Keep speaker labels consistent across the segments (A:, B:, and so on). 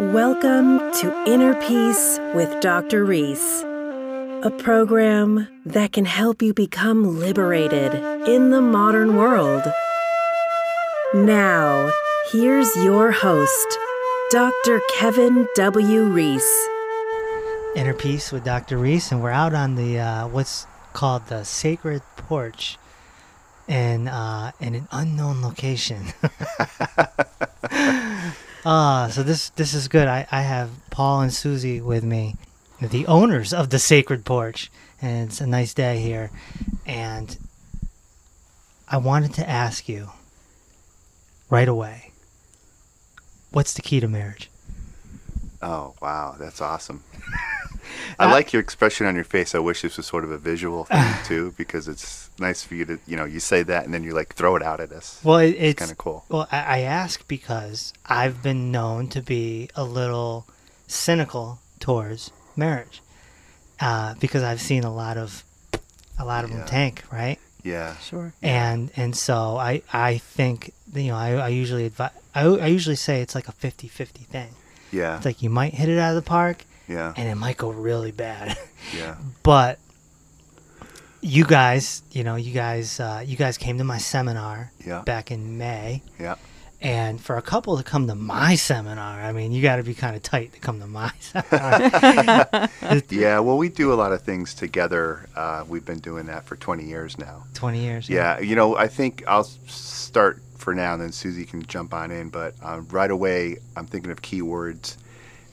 A: Welcome to Inner Peace with Dr. Reese, a program that can help you become liberated in the modern world. Now, here's your host, Dr. Kevin W. Reese.
B: Inner Peace with Dr. Reese, and we're out on the uh, what's called the Sacred Porch, and uh, in an unknown location. Ah, so this this is good. I, I have Paul and Susie with me, the owners of the Sacred Porch, and it's a nice day here. And I wanted to ask you right away, what's the key to marriage?
C: Oh wow, that's awesome.
B: Uh,
C: I like your expression on your face. I wish this was sort of a visual thing too, because it's nice for you to, you know, you say that and then you like throw it out at us.
B: Well, it, it's
C: kinda cool.
B: Well, I, I ask because I've been known to be a little cynical towards marriage, uh, because I've seen a lot of a lot of
C: Yeah.
B: them tank, right?
C: Yeah,
A: Sure.
B: And and so I I think you know I, I usually advise I, I usually say it's like a 50-50 thing.
C: yeah,
B: It's like you might hit it out of the park
C: yeah,
B: and it might go really bad,
C: yeah,
B: but you guys, you know, you guys, uh, you guys came to my seminar
C: Yeah.
B: back in May
C: yeah.
B: and for a couple to come to my seminar, I mean, you got to be kind of tight to come to my seminar.
C: Yeah, well, we do a lot of things together. Uh, we've been doing that for 20 years now.
B: Twenty years.
C: Yeah, you know, I think I'll s- start for now, and then Susie can jump on in. But um, right away, I'm thinking of keywords,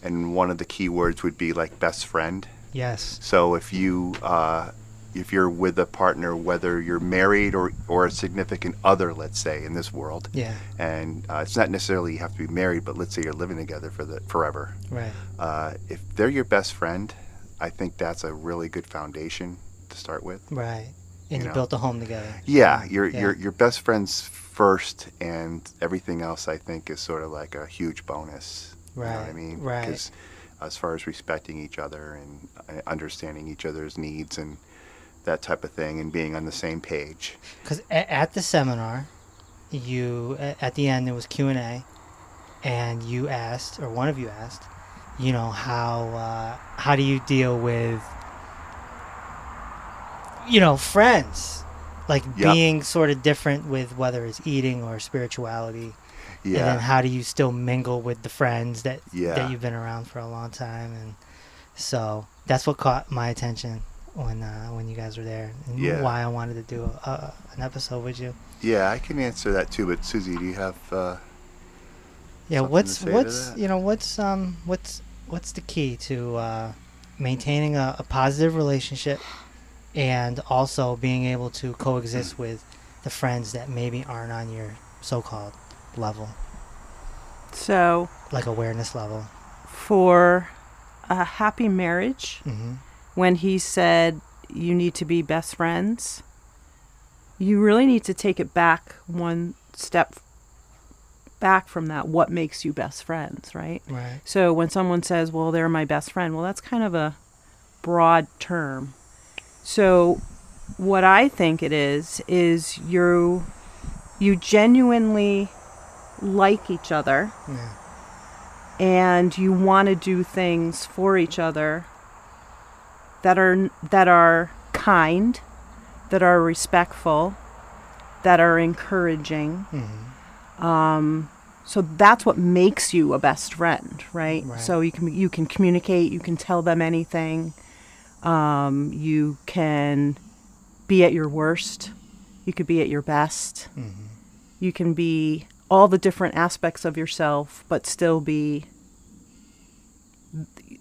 C: and one of the keywords would be like best friend.
B: Yes.
C: So if you uh, if you're with a partner, whether you're married or or a significant other, let's say in this world,
B: Yeah.
C: and uh, it's not necessarily you have to be married, but let's say you're living together for the forever.
B: Right.
C: Uh, if they're your best friend, I think that's a really good foundation to start with.
B: Right. And you,
C: know.
B: built a home together.
C: Yeah, your
B: Yeah.
C: your your best friends first, and everything else I think is sort of like a huge bonus. You know what I
B: Right,
C: mean?
B: right.
C: Because as far as respecting each other and uh, understanding each other's needs and that type of thing, and being on the same page.
B: Because at the seminar, you a- at the end there was Q and A, and you asked, or one of you asked, you know how uh, how do you deal with you know friends, like
C: Yeah.
B: being sort of different with whether it's eating or spirituality. and then
C: Yeah,
B: how do you still mingle with the friends that
C: Yeah.
B: that you've been around for a long time and so that's what caught my attention when uh, when you guys were there and
C: Yeah.
B: why I wanted to do a, a, an episode with you
C: yeah, I can answer that too. But Susie, do you have? Uh,
B: yeah
C: Something to
B: what's
C: say to
B: what's
C: that?
B: you know what's um what's what's the key to uh, maintaining a, a positive relationship and also being able to coexist with the friends that maybe aren't on your so-called level
D: So,
B: like awareness level
D: for a happy marriage,
B: hmm
D: when he said you need to be best friends, you really need to take it back one step back from that. What makes you best friends, right?
B: right
D: So, when someone says, well, they're my best friend, well, that's kind of a broad term. So, what I think it is, is you you genuinely like each other.
B: yeah
D: and you want to do things for each other that are that are kind, that are respectful, that are encouraging. Um,
B: hmm
D: So that's what makes you a best friend, right?
B: Right.
D: So you can you can communicate, you can tell them anything. Um, you can be at your worst, you could be at your best. You can be all the different aspects of yourself, but still be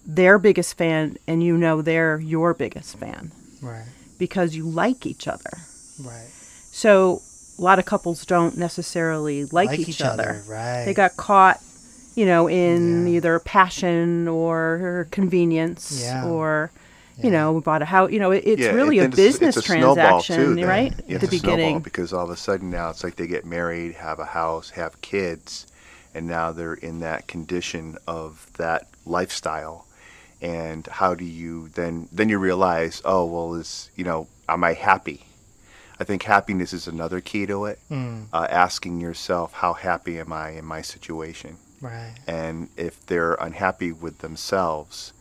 D: their biggest fan, and you know they're your biggest fan
B: right
D: because you like each other.
B: Right.
D: So a lot of couples don't necessarily like, each, other.
B: Right.
D: They got caught, you know, in
B: Yeah.
D: either passion or convenience
B: Yeah.
D: or you
B: Yeah.
D: know, we bought a house. You know, it, it's
C: yeah,
D: really
C: it-
D: a
C: then it's-
D: business
C: it's a snowball,
D: transaction,
C: too, then.
D: right? At
C: It's
D: the
C: a snowball
D: beginning,
C: because all of a sudden now it's like they get married, have a house, have kids, and now they're in that condition of that lifestyle. And how do you then then you realize, oh well, is you know, am I happy? I think happiness is another key to it.
B: Mm,
C: Uh, asking yourself, how happy am I in my situation?
B: Right.
C: and if they're unhappy with themselves,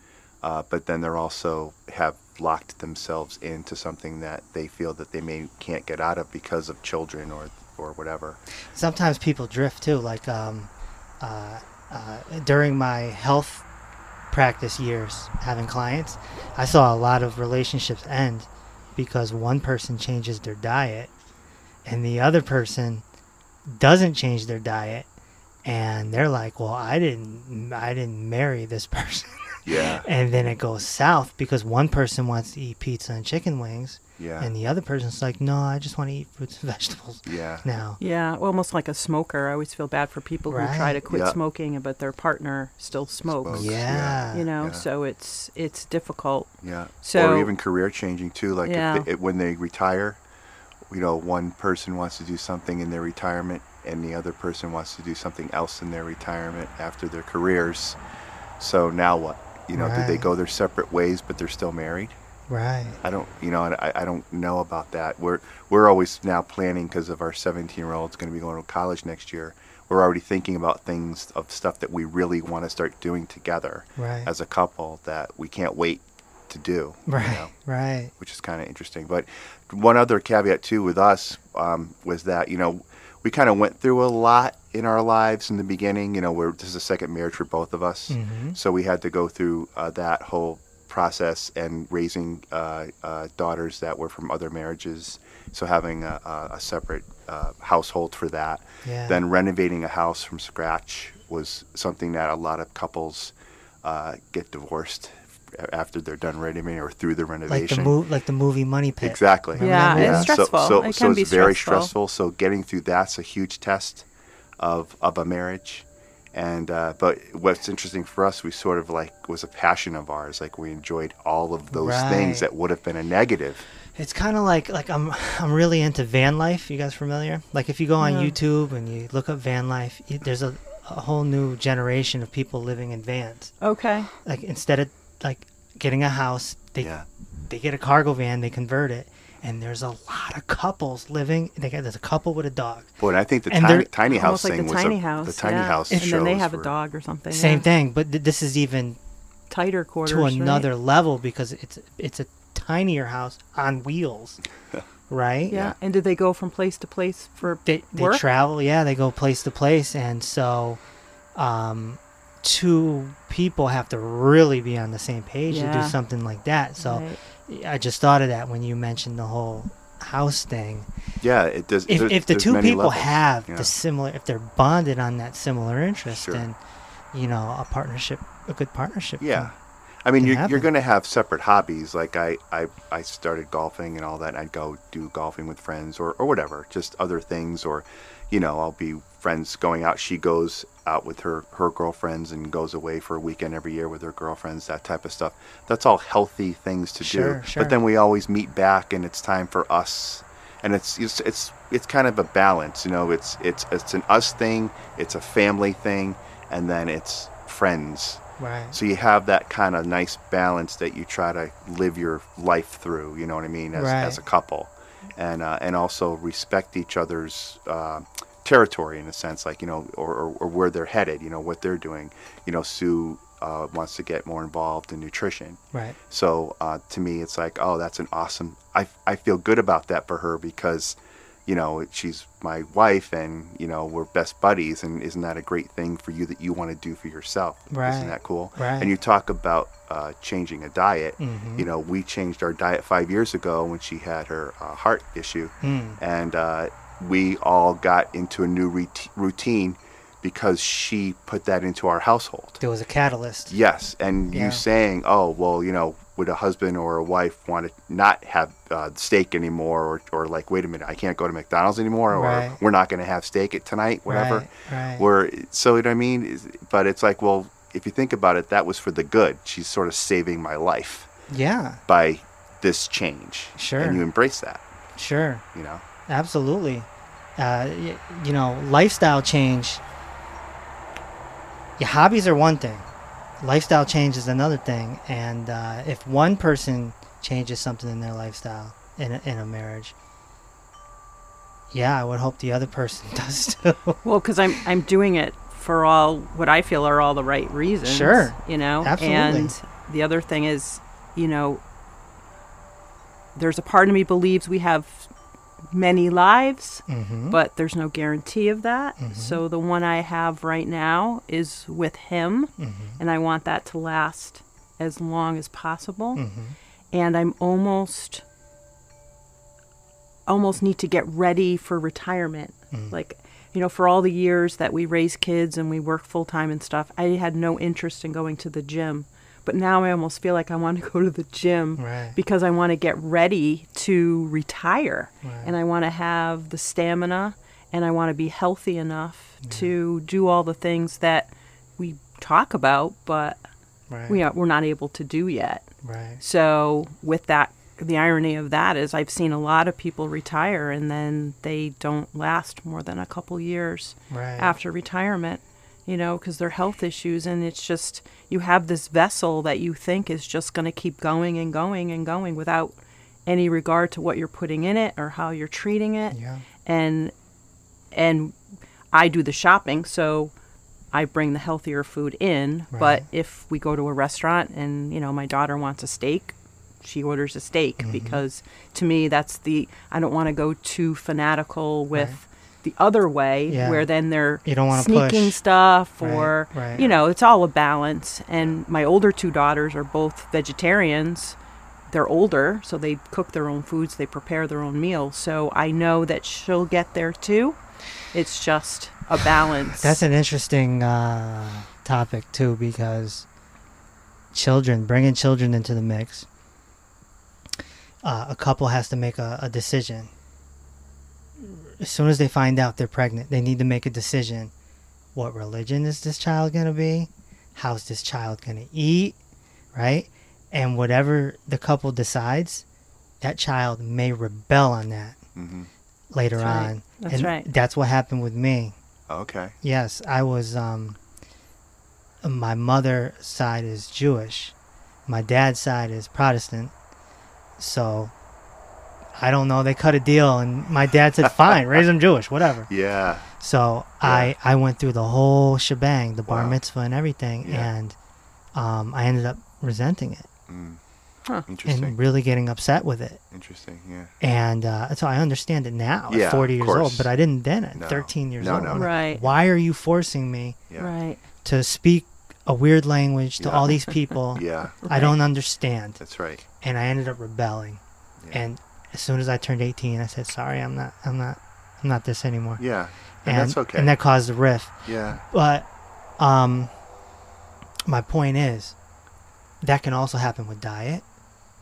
C: uh, but then they're also have locked themselves into something that they feel that they may can't get out of because of children or or whatever.
B: Sometimes people drift too. Like um, uh, uh, during my health practice years, having clients, I saw a lot of relationships end because one person changes their diet and the other person doesn't change their diet and they're like well i didn't i didn't marry this person
C: Yeah,
B: and then it goes south because one person wants to eat pizza and chicken wings
C: yeah,
B: and the other person's like no i just want to eat fruits and vegetables
C: yeah,
B: now
E: Yeah, almost like a smoker. I always feel bad for people who
B: Right.
E: try to quit
C: Yeah.
E: smoking, but their partner still smokes.
C: Smokes,
B: Yeah.
E: You know,
C: yeah.
E: so it's it's difficult.
C: yeah.
E: So-
C: or even career changing too. Like
E: Yeah.
C: if they, when they retire, you know, one person wants to do something in their retirement, and the other person wants to do something else in their retirement after their careers. So now what? You know, do they
B: Right.
C: go their separate ways, but they're still married?
B: right
C: I don't, you know, and I, I don't know about that. We're we're always now planning because of our 17 year old's going to be going to college next year. We're already thinking about things of stuff that we really want to start doing together
B: Right.
C: as a couple that we can't wait to do. you
B: right
C: know,
B: right
C: which is kind of interesting. But one other caveat too with us um, was that you know we kind of went through a lot in our lives in the beginning. You know, we're this is a second marriage for both of us,
B: Mhm.
C: so we had to go through uh, that whole process and raising uh, uh, daughters that were from other marriages. So having a, a, a separate uh, household for that,
B: Yeah.
C: then renovating a house from scratch was something that a lot of couples uh, get divorced a- after they're done renovating or through the renovation.
B: like the mo- like the movie money pit
C: Exactly.
B: Remember that
E: Yeah,
B: movie?
E: it's stressful.
C: So, so,
E: It
C: so
E: can
C: it's
E: be
C: very
E: stressful.
C: stressful. So getting through that's a huge test of of a marriage. And uh, but what's interesting for us, we sort of like was a passion of ours. Like we enjoyed all of those
B: Right.
C: things that would have been a negative.
B: It's kind of like like I'm I'm really into van life. You guys familiar? Like if you go on
E: Yeah.
B: YouTube and you look up van life, you, there's a, a whole new generation of people living in vans.
E: Okay.
B: Like instead of like getting a house, they
C: Yeah.
B: they get a cargo van, they convert it, and there's a lot of couples living. They got there's a couple with a dog.
C: Boy, and I think the
B: And
C: tiny,
B: they're-
C: tiny house
E: almost like
C: thing
E: the
C: was
E: tiny
C: a,
E: house.
C: the tiny
E: yeah.
C: house
E: And then they
C: shows
E: have a
C: were-
E: dog or something.
B: Same
E: yeah.
B: thing, but th- this is even
E: Tighter quarters.
B: to
E: right?
B: another level because it's it's a tinier house on wheels, right?
E: Yeah. And did they go from place to place for
B: they, they
E: work?
B: travel yeah they go place to place and so um two people have to really be on the same page to do
E: Yeah.
B: something like that so
E: Right.
B: i just thought of that when you mentioned the whole house thing
C: Yeah, it does.
B: if,
C: there's-
B: if the
C: there's
B: two
C: many
B: people
C: levels.
B: have
C: Yeah.
B: the similar if they're bonded on that similar interest
C: Sure.
B: then you know a partnership a good partnership can-
C: Yeah. I mean,
B: can
C: you're, you're
B: happen.
C: going to have separate hobbies. Like I, I, I started golfing and all that. And I'd go do golfing with friends or, or whatever, just other things. Or, you know, I'll be friends going out. She goes out with her, her girlfriends and goes away for a weekend every year with her girlfriends, that type of stuff. That's all healthy things to
B: Sure,
C: do.
B: sure.
C: But then we always meet back and it's time for us. And it's, it's it's it's kind of a balance, you know. It's it's it's an us thing, it's a family thing, and then it's friends.
B: right
C: So you have that kind of nice balance that you try to live your life through. You know what I mean? As,
B: Right.
C: as a couple, and uh, and also respect each other's uh, territory in a sense, like you know, or, or, or where they're headed. You know what they're doing. You know, Sue uh, wants to get more involved in nutrition.
B: right
C: So uh, to me, it's like, oh, that's an awesome. I, I feel good about that for her because, you know, she's my wife and, you know, we're best buddies. And isn't that a great thing for you that you want to do for yourself?
B: Right.
C: Isn't that cool?
B: Right. Mm-hmm.
C: And you talk about uh, changing a diet. You know, we changed our diet five years ago when she had her uh, heart issue.
B: Hmm.
C: And uh, we all got into a new rout- routine because she put that into our household.
B: there was a catalyst
C: Yes, and
B: Yeah.
C: you saying, "Oh, well, you know, would a husband or a wife want to not have uh, steak anymore, or, or like, wait a minute, I can't go to McDonald's anymore,
B: Right.
C: or we're not going to have steak at tonight, whatever."
B: Right, right.
C: Where so, you know what I mean? Is- But it's like, well, if you think about it, that was for the good. She's sort of saving my life
B: yeah
C: by this change.
B: Sure.
C: and you embrace that,
B: sure
C: you know.
B: Absolutely. Uh, y- you know, lifestyle change. Your hobbies are one thing, lifestyle change is another thing. And uh, if one person changes something in their lifestyle in a, in a marriage, yeah, I would hope the other person does too.
E: Well, because I'm I'm doing it
D: for all what I feel are all the right reasons.
B: Sure.
D: You know?
B: Absolutely.
D: And the other thing is, you know, there's a part of me believes we have many lives,
B: Mm-hmm.
D: but there's no guarantee of that. So the one I have right now is with him,
B: Mm-hmm.
D: and I want that to last as long as possible.
B: Mm-hmm.
D: And I'm almost almost need to get ready for retirement.
B: Mm.
D: Like, you know, for all the years that we raise kids and we work full time and stuff, I had no interest in going to the gym. But now I almost feel like I want to go to the gym
B: Right.
D: because I want to get ready to retire and I want to have the stamina and I want to be healthy enough to do all the things that we talk about, but
B: Right.
D: we are, we're not able to do yet.
B: Right.
D: So with that, the irony of that is I've seen a lot of people retire and then they don't last more than a couple years
B: Right.
D: after retirement, you know, because they're health issues. And it's just, you have this vessel that you think is just going to keep going and going and going without any regard to what you're putting in it or how you're treating it.
B: Yeah.
D: And, and I do the shopping, so I bring the healthier food in. But
B: Right.
D: if we go to a restaurant and you know my daughter wants a steak, she orders a steak
B: Mm-hmm.
D: because to me that's the I don't want to go too fanatical with the other way
B: Yeah.
D: where then they're
B: You don't wanna
D: sneaking
B: push.
D: stuff
B: Right,
D: or
B: right.
D: you know it's all a balance. And my older two daughters are both vegetarians they're older, so they cook their own foods, they prepare their own meals. So I know that she'll get there too. It's just a balance.
B: That's an interesting uh, topic too, because children, bringing children into the mix, uh, a couple has to make a, a decision. As soon as they find out they're pregnant, they need to make a decision. What religion is this child going to be? How's this child going to eat? Right? And whatever the couple decides, that child may rebel on that
C: Mhm.
B: later
D: That's right.
B: on.
D: That's
B: and
D: right.
B: that's what happened with me.
C: Okay.
B: Yes, I was. Um, my mother side is Jewish, my dad's side is Protestant. So, I don't know. They cut a deal, and my dad said, "Fine, raise them Jewish, whatever."
C: Yeah.
B: So I I went through the whole shebang, the bar
C: Wow.
B: mitzvah and everything,
C: Yeah.
B: and um, I ended up resenting it
C: Interesting.
B: and really getting upset with it.
C: Interesting. Yeah.
B: And uh, so I understand it now
C: Yeah,
B: at
C: of
B: 40 years old,
C: course.
B: but I didn't then at
C: No.
B: 13 years
C: No,
B: old.
C: no,
B: I'm like,
C: no.
D: Right.
B: Why are you forcing me?
C: Yeah.
D: Right.
B: to speak a weird language to
C: Yeah.
B: all these people
C: Yeah.
B: I don't understand.
C: That's right.
B: And I ended up rebelling.
C: Yeah.
B: And as soon as I turned 18, I said, "Sorry, I'm not I'm not I'm not this anymore."
C: Yeah. And, that's okay.
B: And that caused a rift.
C: yeah.
B: But um my point is that can also happen with diet.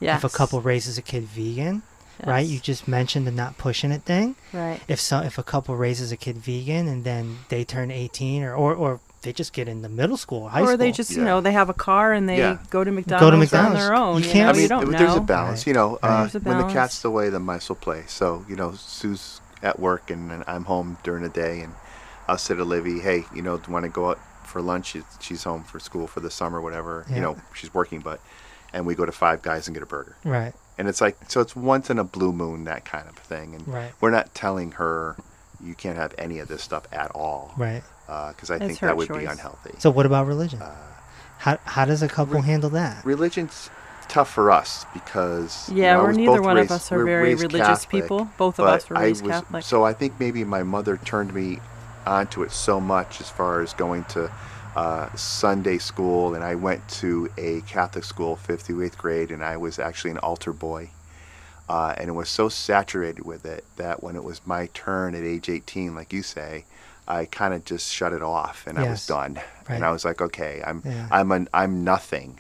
D: Yes.
B: If a couple raises a kid vegan, right?
D: Yes.
B: You just mentioned the not pushing it thing
D: Right.
B: if so if a couple raises a kid vegan and then they turn 18 or or, or they just get into middle school high
D: or
B: school
D: they just, you
C: Yeah.
D: know, they have a car and they
C: Yeah.
D: go to McDonald's,
B: McDonald's.
D: on their own.
B: You
D: You,
B: can't-
D: know,
B: I
D: you
B: mean,
D: don't know.
C: there's a balance,
B: Right.
C: you know. Uh,
D: There's a
C: when the
D: balance.
C: cat's away, the mice will play. So you know, Sue's at work, and, and I'm home during the day, and I'll say to Livy, "Hey, you know, do you want to go out for lunch? She's, she's home for school for the summer, whatever.
B: Yeah.
C: You know, she's working, but." And we go to Five Guys and get a burger.
B: right
C: And it's like, so it's once in a blue moon, that kind of thing. And
B: Right.
C: we're not telling her you can't have any of this stuff at all.
B: right
C: Because I
D: It's
C: think
D: her
C: that would be
D: choice.
C: unhealthy.
B: So what about religion?
C: Uh,
B: how how does a couple handle that?
C: Religion's tough for us because. you
D: Yeah,
C: know, I
D: we're
C: was
D: neither
C: both
D: one
C: raised-
D: of us are
C: we're
D: very
C: raised
D: religious
C: Catholic,
D: people. Both of
C: but
D: us were raised
C: I was,
D: Catholic.
C: So I think maybe my mother turned me onto it so much as far as going to uh, Sunday school, and I went to a Catholic school, fifth through eighth grade, and I was actually an altar boy. Uh, and it was so saturated with it that when it was my turn at age 18, like you say, I kind of just shut it off, and I
B: Yes.
C: was done.
B: Right.
C: And I was like, okay, I'm,
B: Yeah.
C: I'm, an, I'm nothing.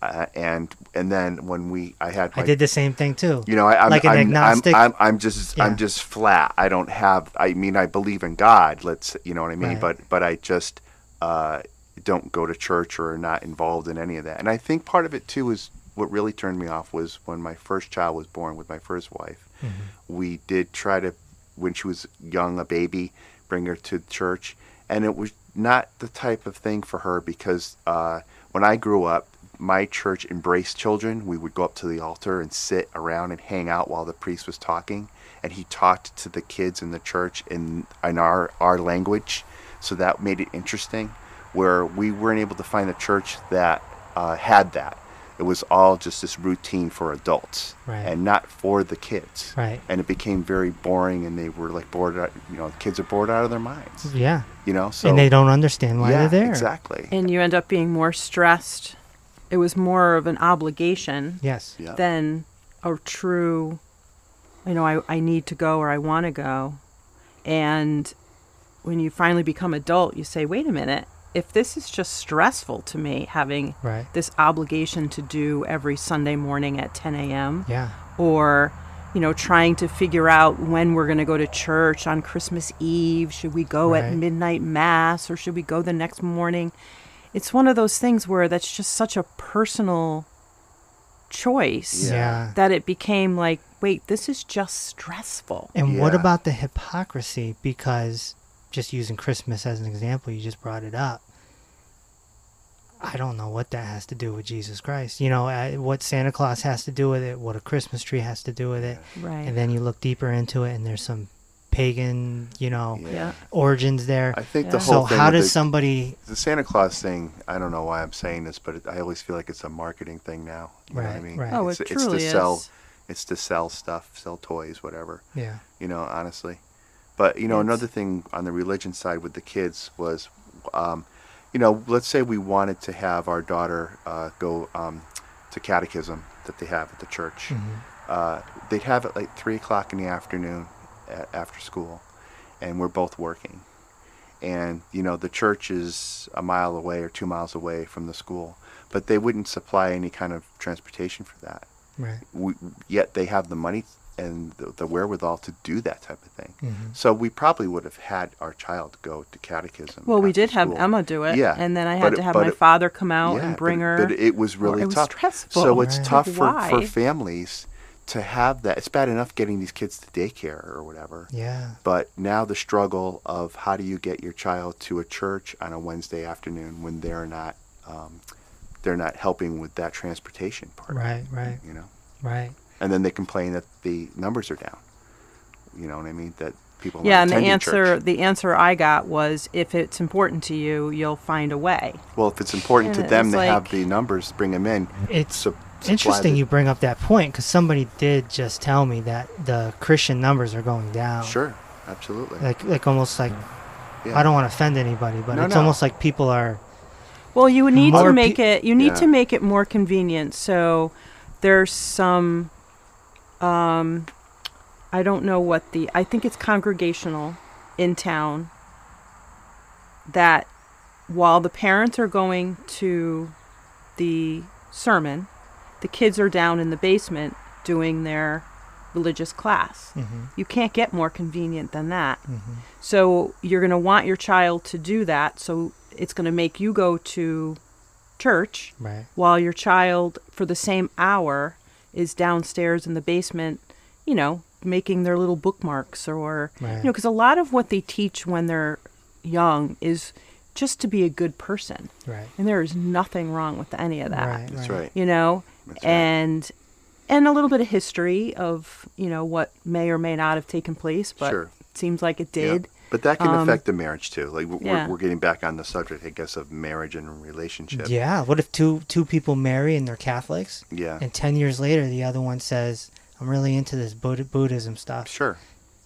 C: Uh, and and then when we, I had my
B: I did the same thing too.
C: you know, I, I'm,
B: like an
C: I'm,
B: agnostic.
C: I'm, I'm, I'm just,
B: Yeah.
C: I'm just flat. I don't have. I mean, I believe in God. Let's, you know what I mean.
B: Right.
C: But, but I just uh, don't go to church or not involved in any of that. And I think part of it too is what really turned me off was when my first child was born with my first wife.
B: Mm-hmm.
C: We did try to, when she was young, a baby, bring her to church, and it was not the type of thing for her because uh, when I grew up, my church embraced children. We would go up to the altar and sit around and hang out while the priest was talking, and he talked to the kids in the church in in our our language. So that made it interesting, where we weren't able to find a church that uh, had that. It was all just this routine for adults
B: Right.
C: and not for the kids.
B: Right.
C: And it became very boring, and they were like bored. Out, you know, the kids are bored out of their minds.
B: Yeah.
C: You know, so
B: and they don't understand why
C: yeah,
B: they're there.
C: exactly.
D: And you end up being more stressed. It was more of an obligation
B: Yes.
C: Yeah.
D: than a true, you know, I, I need to go or I want to go. And when you finally become adult, you say, wait a minute, if this is just stressful to me, having
B: Right.
D: this obligation to do every Sunday morning at 10 a.m.,
B: Yeah.
D: or you know trying to figure out when we're going to go to church on christmas eve should we go
B: Right.
D: at midnight mass or should we go the next morning it's one of those things where that's just such a personal choice
B: Yeah.
D: that it became like wait this is just stressful
B: And what
C: Yeah.
B: about the hypocrisy? Because just using Christmas as an example, you just brought it up. I don't know what that has to do with Jesus Christ. You know, I, what Santa Claus has to do with it, what a Christmas tree has to do with it.
D: right
B: And then you look deeper into it, and there's some pagan, you know,
C: Yeah.
D: yeah
B: origins there.
C: I think
D: Yeah.
C: the whole
B: So,
C: thing.
B: how
C: with
B: does
C: the-
B: somebody.
C: the Santa Claus thing, I don't know why I'm saying this, but it, I always feel like it's a marketing thing now. You know what I
B: Right,
C: mean?
B: right.
D: oh
C: it's,
D: it
C: it's
D: truly
C: to
D: is
C: sell, it's to sell stuff, sell toys, whatever.
B: Yeah.
C: You know, honestly. But you know,
D: Yes.
C: another thing on the religion side with the kids was, um, you know, let's say we wanted to have our daughter uh, go um, to catechism that they have at the church. Uh, they'd have it like three o'clock in the afternoon a after school, and we're both working and you know the church is a mile away or two miles away from the school but they wouldn't supply any kind of transportation for that
B: Right.
C: we, yet they have the money and the, the wherewithal to do that type of thing
B: Mm-hmm.
C: so we probably would have had our child go to catechism
D: well we
C: after
D: did have
C: school.
D: emma do it
C: yeah
D: and then i
C: but
D: had
C: it-
D: to have
C: but
D: my
C: it-
D: father come out
C: yeah,
D: and bring
C: but,
D: her
C: But it was really
D: it was
C: tough.
D: stressful.
C: So it's
B: Right.
C: tough
D: Like,
C: for, for
D: why?
C: families to have that. It's bad enough getting these kids to daycare or whatever.
B: Yeah.
C: But now the struggle of how do you get your child to a church on a Wednesday afternoon when they're not um, they're not helping with that transportation part.
B: Right. Right.
C: You know,
B: Right.
C: and then they complain that the numbers are down. You know what I mean? That people
D: yeah
C: not
D: and the
C: attending
D: answer
C: church.
D: the answer i got was if it's important to you you'll find a way
C: Well, if it's important to
D: and
C: them
D: it's
C: to have
D: like-
C: the numbers, bring them in.
B: It's
C: Sup- supply
B: interesting
C: the-
B: you bring up that point because somebody did just tell me that the Christian numbers are going down.
C: Sure, absolutely.
B: Like, like almost like
C: Yeah.
B: I don't want to offend anybody, but
C: No,
B: it's
C: no.
B: almost like people are
D: Well, you would need
B: More
D: to
B: pe-
D: make it. You need
C: Yeah.
D: to make it more convenient. So there's some. Um, I don't know what the. I think it's congregational, in town. That, while the parents are going to, the sermon, the kids are down in the basement doing their religious class. You can't get more convenient than that. So you're going to want your child to do that. So it's going to make you go to church
B: right.
D: while your child, for the same hour, is downstairs in the basement, you know, making their little bookmarks or, you
B: Right.
D: know, because a lot of what they teach when they're young is just to be a good person.
B: Right.
D: And there is nothing wrong with any of that
B: Right.
C: That's right.
D: you know
C: That's right.
D: and and a little bit of history of you know what may or may not have taken place but
C: Sure.
D: it seems like it
C: Yeah.
D: did
C: But that can
D: Um,
C: affect the marriage too. Like we're,
D: yeah.
C: we're getting back on the subject, I guess, of marriage and relationship.
B: Yeah. What if two two people marry and they're Catholics,
C: Yeah.
B: and ten years later the other one says, "I'm really into this Buddha- Buddhism stuff."
C: Sure.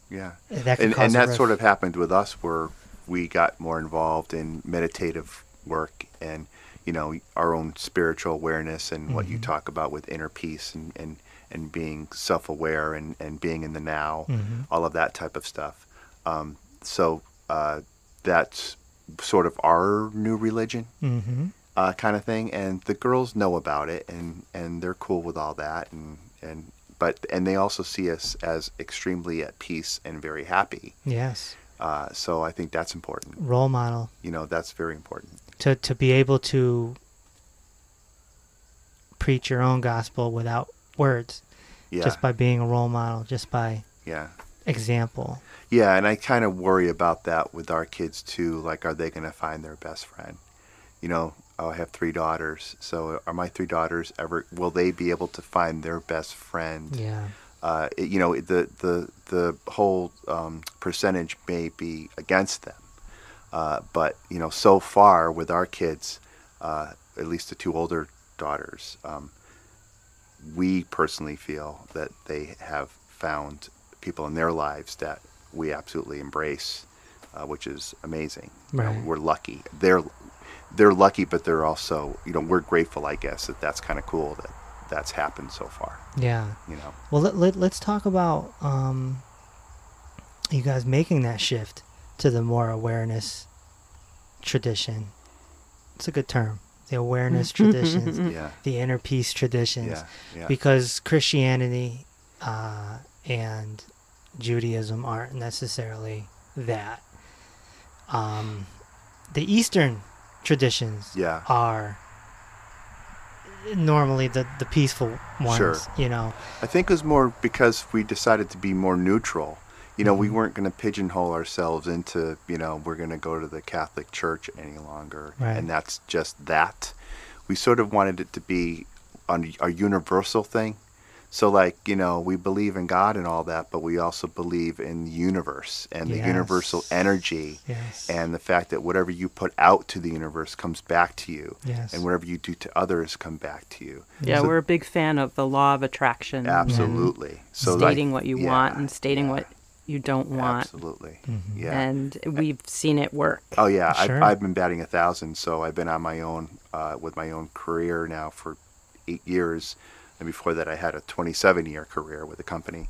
C: Yeah.
B: That could
C: And,
B: cause
C: and
B: a
C: that
B: rift.
C: sort of happened with us, where we got more involved in meditative work and you know our own spiritual awareness and what you talk about with inner peace and and, and being self-aware and and being in the now, all of that type of stuff. Um, so uh, that's sort of our new religion.
B: Mm-hmm.
C: uh, kind of thing. And the girls know about it, and and they're cool with all that, and and but and they also see us as extremely at peace and very happy.
B: Yes.
C: Uh, so I think that's important.
B: Role model
C: You know, that's very important.
B: to to be able to preach your own gospel without words,
C: Yeah,
B: just by being a role model, just by
C: yeah,
B: example.
C: yeah. And I kind of worry about that with our kids too. Like, are they going to find their best friend? You know, oh, I have three daughters. So are my three daughters ever? Will they be able to find their best friend?
B: Yeah.
C: uh, it- you know the the the whole um, percentage may be against them, Uh, but you know, so far with our kids, uh, at least the two older daughters, um, we personally feel that they have found people in their lives that we absolutely embrace, uh, which is amazing. You know,
B: Right.
C: we're lucky. They're they're lucky, but they're also you know we're grateful, I guess, that that's kind of cool that that's happened so far.
B: Yeah.
C: You know,
B: Well, let, let, let's talk about um, you guys making that shift to the more awareness tradition. It's a good term. The awareness traditions,
C: yeah,
B: the inner peace traditions.
C: yeah, yeah.
B: Because Christianity uh, and Judaism aren't necessarily that. Um, the Eastern traditions
C: Yeah.
B: are normally the, the peaceful ones,
C: Sure.
B: you know.
C: I think it was more because we decided to be more neutral. You know, we
B: Mm-hmm.
C: weren't going to pigeonhole ourselves into, you know, we're going to go to the Catholic Church any longer.
B: Right.
C: And that's just that. We sort of wanted it to be on a universal thing. So, like, you know, we believe in God and all that, but we also believe in the universe and the
B: Yes.
C: universal energy
B: Yes.
C: and the fact that whatever you put out to the universe comes back to you.
B: Yes.
C: And whatever you do to others come back to you.
E: Yeah,
C: So-
E: we're a big fan of the law of attraction.
C: Absolutely. So like-
D: stating what you
C: yeah,
D: want and stating what you don't want. Mm-hmm.
C: Absolutely. Yeah.
D: And we've seen it work.
C: oh yeah.
B: Sure.
C: I've, I've been batting a thousand, so I've been on my own uh, with my own career now for eight years, and before that I had a 27-year career with the company,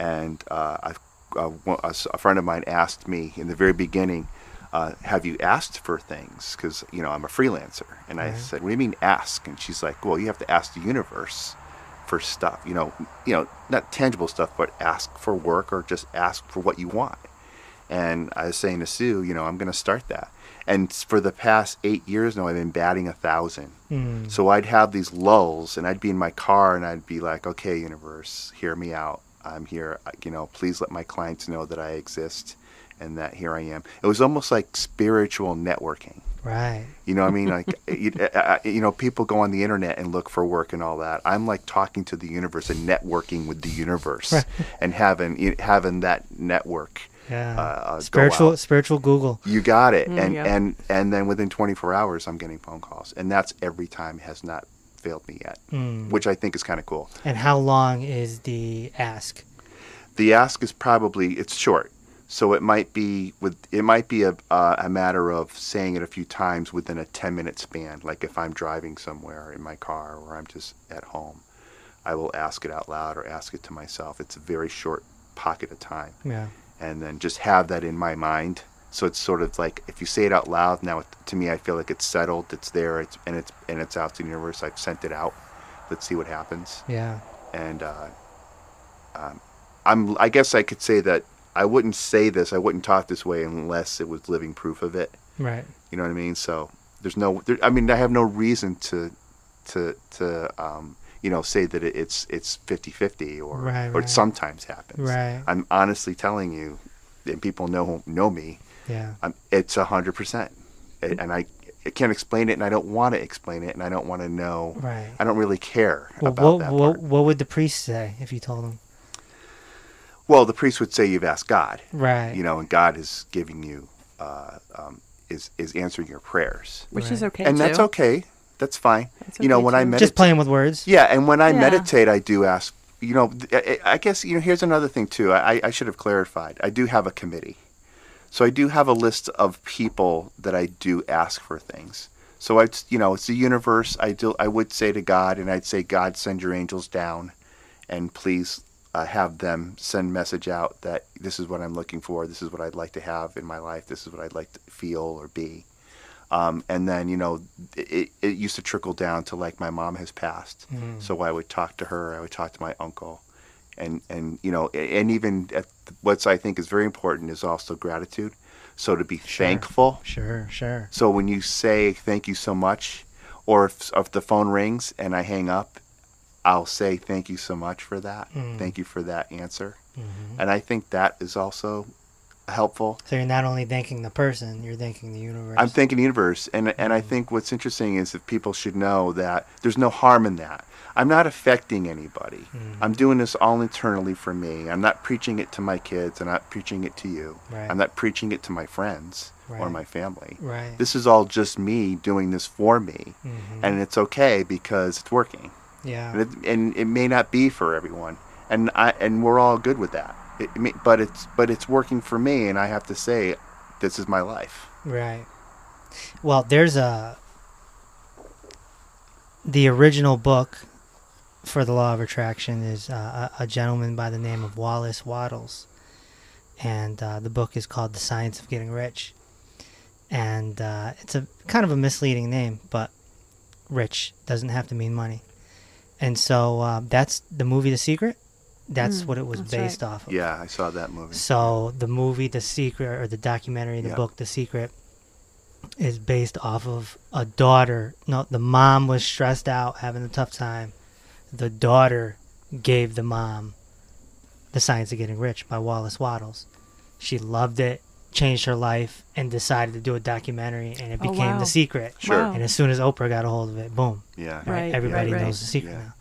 C: and uh, I've uh, one- a s- a friend of mine asked me in the very beginning. Uh, have you asked for things? Because you know I'm a freelancer, and I said, "What do you mean ask?" And she's like, "Well, you have to ask the universe." for stuff. You know, you know, not tangible stuff, but ask for work or just ask for what you want. And I was saying to Sue, you know, I'm going to start that. And s- for the past eight years now, I've been batting a thousand. So I'd have these lulls, and I'd be in my car, and I'd be like, "Okay, universe, hear me out. I'm here. I- You know, please let my clients know that I exist, and that here I am." It was almost like spiritual networking.
B: Right.
C: You know, what I mean, like you, uh, uh, you know, people go on the internet and look for work and all that. I'm like talking to the universe and networking with the universe and having you- having that network.
B: Yeah.
C: uh, uh, go
B: spiritual
C: out.
B: spiritual Google.
C: You got it, and
D: yeah.
C: and and then within 24 hours, I'm getting phone calls, and that's every time has not failed me yet, which I think is kind of cool.
B: And how long is the ask?
C: the ask is probably it's short so it might be with it might be a, uh, a matter of saying it a few times within a 10 minute span like if i'm driving somewhere in my car or i'm just at home i will ask it out loud or ask it to myself it's a very short pocket of time
B: Yeah.
C: and then just have that in my mind so it's sort of like if you say it out loud now it, to me i feel like it's settled it's there it's and it's and it's out to the universe i've sent it out let's see what happens
B: Yeah.
C: and uh, um, I'm I guess I could say that I wouldn't say this, I wouldn't talk this way unless it was living proof of it.
B: Right.
C: You know what I mean? So there's no, there, I mean, I have no reason to to to um, you know say that it, it's it's 50-50 or
B: Right,
C: or
B: right.
C: it sometimes happens.
B: Right.
C: I'm honestly telling you, and people know know me.
B: Yeah.
C: Um, it's a hundred percent, and I. I can't explain it, and I don't want to explain it, and I don't want to know.
B: Right.
C: I don't really care
B: Well,
C: about
B: what
C: that.
B: what
C: part.
B: what would the priest say if you told him?
C: Well, the priest would say you've asked God,
B: Right.
C: you know, and God is giving you, uh, um, is is answering your prayers,
D: Which is okay
C: and
D: too.
C: that's okay. That's fine.
D: That's
C: you know,
D: okay,
C: when I
D: too.
C: meditate,
B: Just playing with words.
C: yeah, and when I
D: Yeah.
C: meditate, I do ask. You know, th- I, I guess you know. Here's another thing too. I, I should have clarified. I do have a committee, so I do have a list of people that I do ask for things. So I, you know, it's the universe. I do. I would say to God, and I'd say, God, send your angels down, and please uh, have them send message out that this is what I'm looking for. This is what I'd like to have in my life. This is what I'd like to feel or be. Um, and then you know, it, it used to trickle down to like my mom has passed, so I would talk to her. I would talk to my uncle, and and you know, a- and even at what I think is very important is also gratitude. So to be thankful.
B: Sure. Sure.
C: So when you say thank you so much, or if, if the phone rings and I hang up, I'll say thank you so much for that. Thank you for that answer. And I think that is also helpful.
B: So you're not only thanking the person, you're thanking the universe.
C: I'm thinking universe, and and I think what's interesting is that people should know that there's no harm in that. I'm not affecting anybody.
B: Hmm.
C: I'm doing this all internally for me. I'm not preaching it to my kids. I'm not preaching it to you.
B: Right.
C: I'm not preaching it to my friends or
B: Right.
C: my family.
B: Right.
C: This is all just me doing this for me, and it's okay because it's working.
B: Mm-hmm. yeah.
C: And it, and it may not be for everyone, and I and we're all good with that. It, may- but it's but it's working for me, and I have to say, this is my life.
B: Right. Well, there's a the original book for the law of attraction is uh, a, a gentleman by the name of Wallace Waddles, and uh, the book is called The Science of Getting Rich, and uh, it's a kind of a misleading name, but rich doesn't have to mean money, and so uh, that's the movie The Secret. That's what it was
D: Hmm, that's
B: based
D: right.
B: off of.
C: Yeah, I saw that movie.
B: So the movie The Secret or the documentary, the
C: Yeah.
B: book The Secret is based off of a daughter. No, the mom was stressed out, having a tough time. The daughter gave the mom The Science of Getting Rich by Wallace Waddles. She loved it, changed her life, and decided to do a documentary and it
D: Oh,
B: became
D: wow.
B: The Secret.
C: Sure.
D: Wow.
B: And as soon as Oprah got a hold of it, boom
C: Yeah.
D: Right.
B: everybody
D: right, right.
B: knows the secret
C: Yeah.
B: now.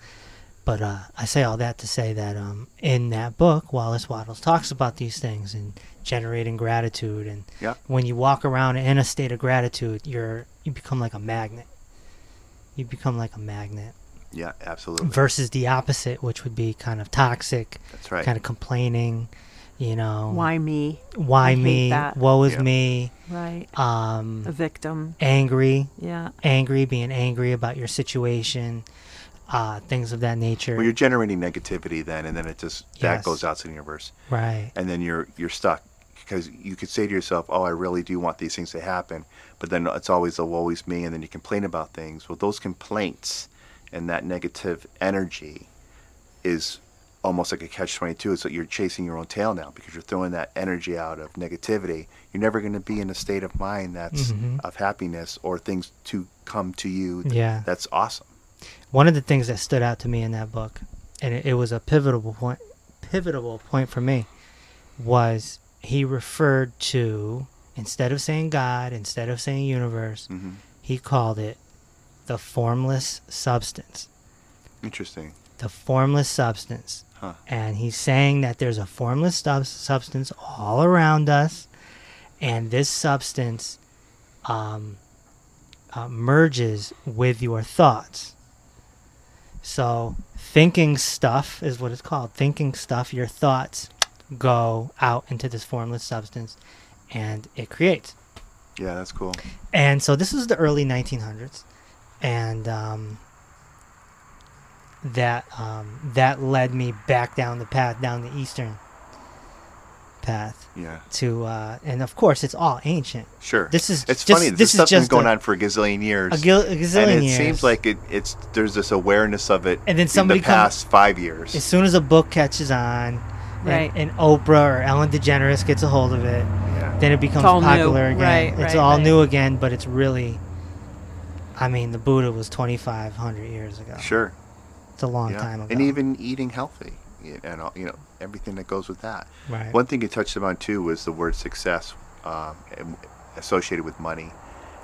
B: But uh, I say all that to say that um, in that book, Wallace Waddles talks about these things and generating gratitude. And
C: Yeah.
B: when you walk around in a state of gratitude, you're you become like a magnet. You become like a magnet
C: Yeah, absolutely.
B: versus the opposite, which would be kind of toxic,
C: That's right.
B: kind of complaining. You know,
E: Why me?
B: why
E: I hate
B: me?
E: that.
B: Woe is
C: Yeah.
B: me.
E: Right.
D: A
B: Um,
D: victim.
B: angry,
D: Yeah.
B: angry, being angry about your situation, uh, things of that nature.
C: well, you're generating negativity then, and then it just
B: Yes.
C: that goes out to the universe,
B: Right.
C: and then you're you're stuck because you could say to yourself, "Oh, I really do want these things to happen," but then it's always a "woe is me," and then you complain about things. Well, those complaints and that negative energy is almost like a catch twenty two. It's like you're chasing your own tail now because you're throwing that energy out of negativity. You're never going to be in a state of mind that's
B: Mhm.
C: of happiness or things to come to you. th-
B: Yeah.
C: that's awesome.
B: One of the things that stood out to me in that book, and it, it was a pivotal point, pivotal point for me, was he referred to instead of saying God, instead of saying universe,
C: hmm
B: he called it the formless substance.
C: Interesting.
B: The formless substance.
C: Huh.
B: And he's saying that there's a formless sub- substance all around us, and this substance um, uh, merges with your thoughts. So, thinking stuff is what it's called. Thinking stuff, your thoughts go out into this formless substance and it creates.
C: Yeah, that's cool.
B: And so, this was the early 1900s. And um, that, um, that led me back down the path, down the Eastern path.
C: Yeah,
B: To uh, and of course it's all ancient.
C: sure.
B: This is
C: it's
B: just-
C: funny. This,
B: this is
C: stuff's been
B: just
C: going
B: a-
C: on for a gazillion years,
B: A, gil- a gazillion
C: and it
B: years.
C: seems like it, it's there's this awareness of it
B: And then somebody
C: in the
B: come-
C: past five years.
B: as soon as a book catches on, and,
D: Right.
B: and Oprah or Ellen DeGeneres gets a hold of it,
C: yeah.
B: then it becomes
D: all new.
B: popular again.
D: Right,
B: it's
D: right,
B: all
D: right.
B: new again, but it's really, I mean, the Buddha was 2,500 years ago.
C: Sure.
B: It's a long
C: yeah.
B: time ago.
C: And even eating healthy y- and all, you know everything that goes with that.
B: Right.
C: One thing you touched upon too was the word success um, and- associated with money,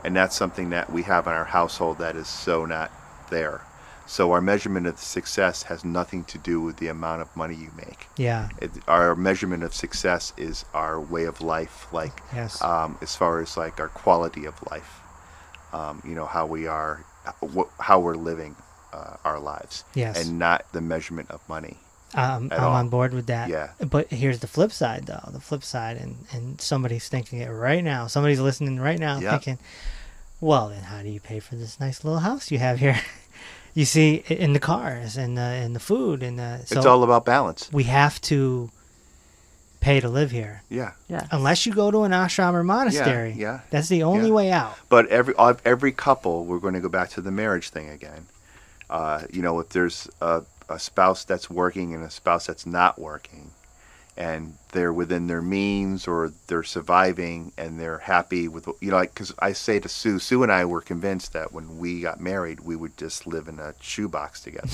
C: and that's something that we have in our household that is so not there. So our measurement of success has nothing to do with the amount of money you make.
B: Yeah.
C: it, our measurement of success is our way of life, like
B: Yes.
C: um, as far as like our quality of life, um, you know how we are, wh- how we're living uh, our lives,
B: Yes.
C: and not the measurement of money.
B: Um,
C: at
B: I'm
C: all.
B: on board with that.
C: Yeah.
B: But here's the flip side, though. The flip side, and, and somebody's thinking it right now. Somebody's listening right now,
C: Yeah.
B: thinking, well, then how do you pay for this nice little house you have here? you see, i- in the cars and the and the food and the so
C: it's all about balance.
B: we have to pay to live here
C: Yeah,
E: Yeah.
B: unless you go to an ashram or monastery.
C: yeah.
B: That's the only
C: Yeah.
B: way out.
C: but every of every couple, we're going to go back to the marriage thing again. Uh, you know, if there's a, a spouse that's working and a spouse that's not working, and they're within their means or they're surviving and they're happy with you know because i say to sue sue and i were convinced that when we got married we would just live in a shoebox together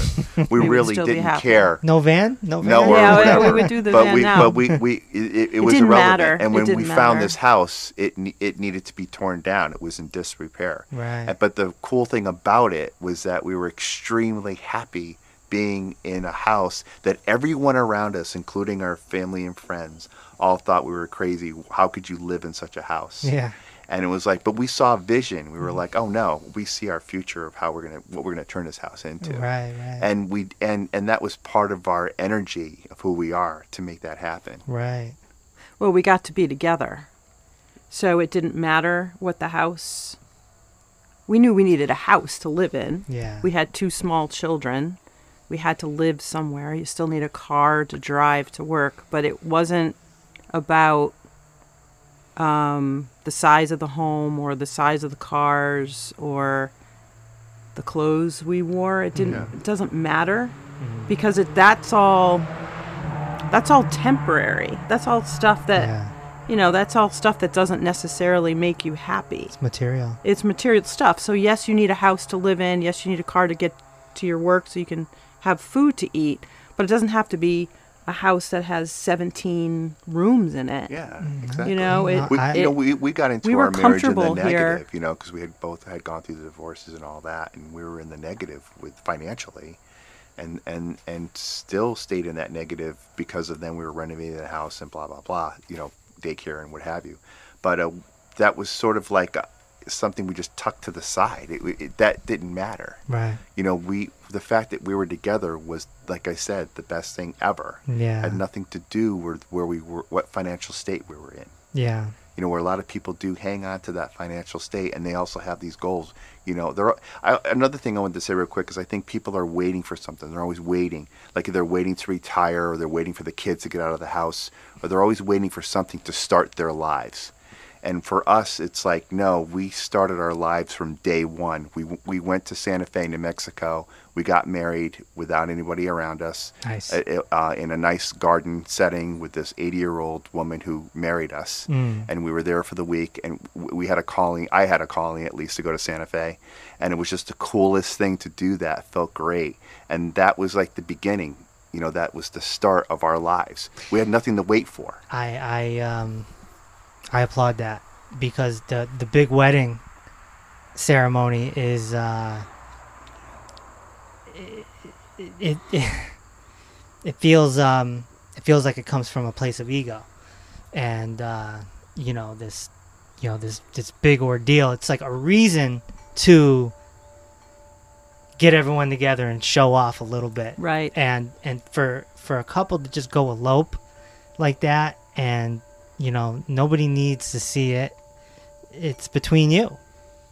C: we,
D: would
C: really
D: still be
C: didn't
D: happy.
C: care
B: No van? No van?
C: no, or
D: Yeah, we-
C: whatever.
D: we would do the
C: but
D: van
C: we,
D: now.
C: But we, we, it, it, was
D: didn't
C: irrelevant.
D: matter.
C: And
D: It
C: when we
D: didn't
C: found
D: matter.
C: this house, it ne- it needed to be torn down. It was in disrepair.
B: Right.
C: And- But the cool thing about it was that we were extremely happy being in a house that everyone around us, including our family and friends, all thought we were crazy. How could you live in such a house?
B: Yeah. Mm-hmm.
C: And it was like, but we saw vision. We were like, oh no, we see our future of how we're gonna, what we're gonna turn this house into
B: Right, right.
C: and we and and that was part of our energy of who we are to make that happen
B: right.
D: Well, we got to be together. So it didn't matter what the house. We knew we needed a house to live in.
B: Yeah.
D: We had two small children. We had to live somewhere. You still need a car to drive to work, but it wasn't about um, the size of the home or the size of the cars or the clothes we wore. It didn't. It doesn't matter because it, that's all. That's all temporary. That's all stuff that
B: Yeah.
D: you know. That's all stuff that doesn't necessarily make you happy
B: Material.
D: it's material stuff. So yes, you need a house to live in. Yes, you need a car to get to your work so you can have food to eat. But it doesn't have to be a house that has 17 rooms in it.
C: yeah exactly
D: You know, it,
C: we,
B: I-
C: you know,
D: it-
C: we, we got into
D: we were
C: our marriage in the
D: comfortable here.
C: negative, you know, because we had both had gone through the divorces and all that, and we were in the negative with financially, and and and still stayed in that negative because of then we were renovating the house and blah blah blah, you know, daycare and what have you, but uh, that was sort of like uh something we just tucked to the side. It, it, that didn't matter.
B: Right.
C: you know we the fact that we were together was like i said the best thing ever
B: Yeah.
C: had nothing to do with where we were what financial state we were in
B: Yeah.
C: you know where a lot of people do hang on to that financial state and they also have these goals you know there are I, another thing i wanted to say real quick is i think people are waiting for something they're always waiting like they're waiting to retire or they're waiting for the kids to get out of the house or they're always waiting for something to start their lives and for us it's like no we started our lives from day one we, we went to santa fe new mexico we got married without anybody around us
B: Nice.
C: uh, uh, in a nice garden setting with this 80 year old woman who married us.
D: Mm.
C: And we were there for the week, and w- we had a calling. I had a calling at least to go to Santa Fe. And it was just the coolest thing to do that. It felt great. And that was like the beginning. You know, that was the start of our lives. We had nothing to wait for.
B: I I um I applaud that because the the big wedding ceremony is uh it it, it, it feels um it feels like it comes from a place of ego and uh you know this you know this this big ordeal it's like a reason to get everyone together and show off a little bit
D: right.
B: and and for for a couple to just go elope like that and you know nobody needs to see it it's between you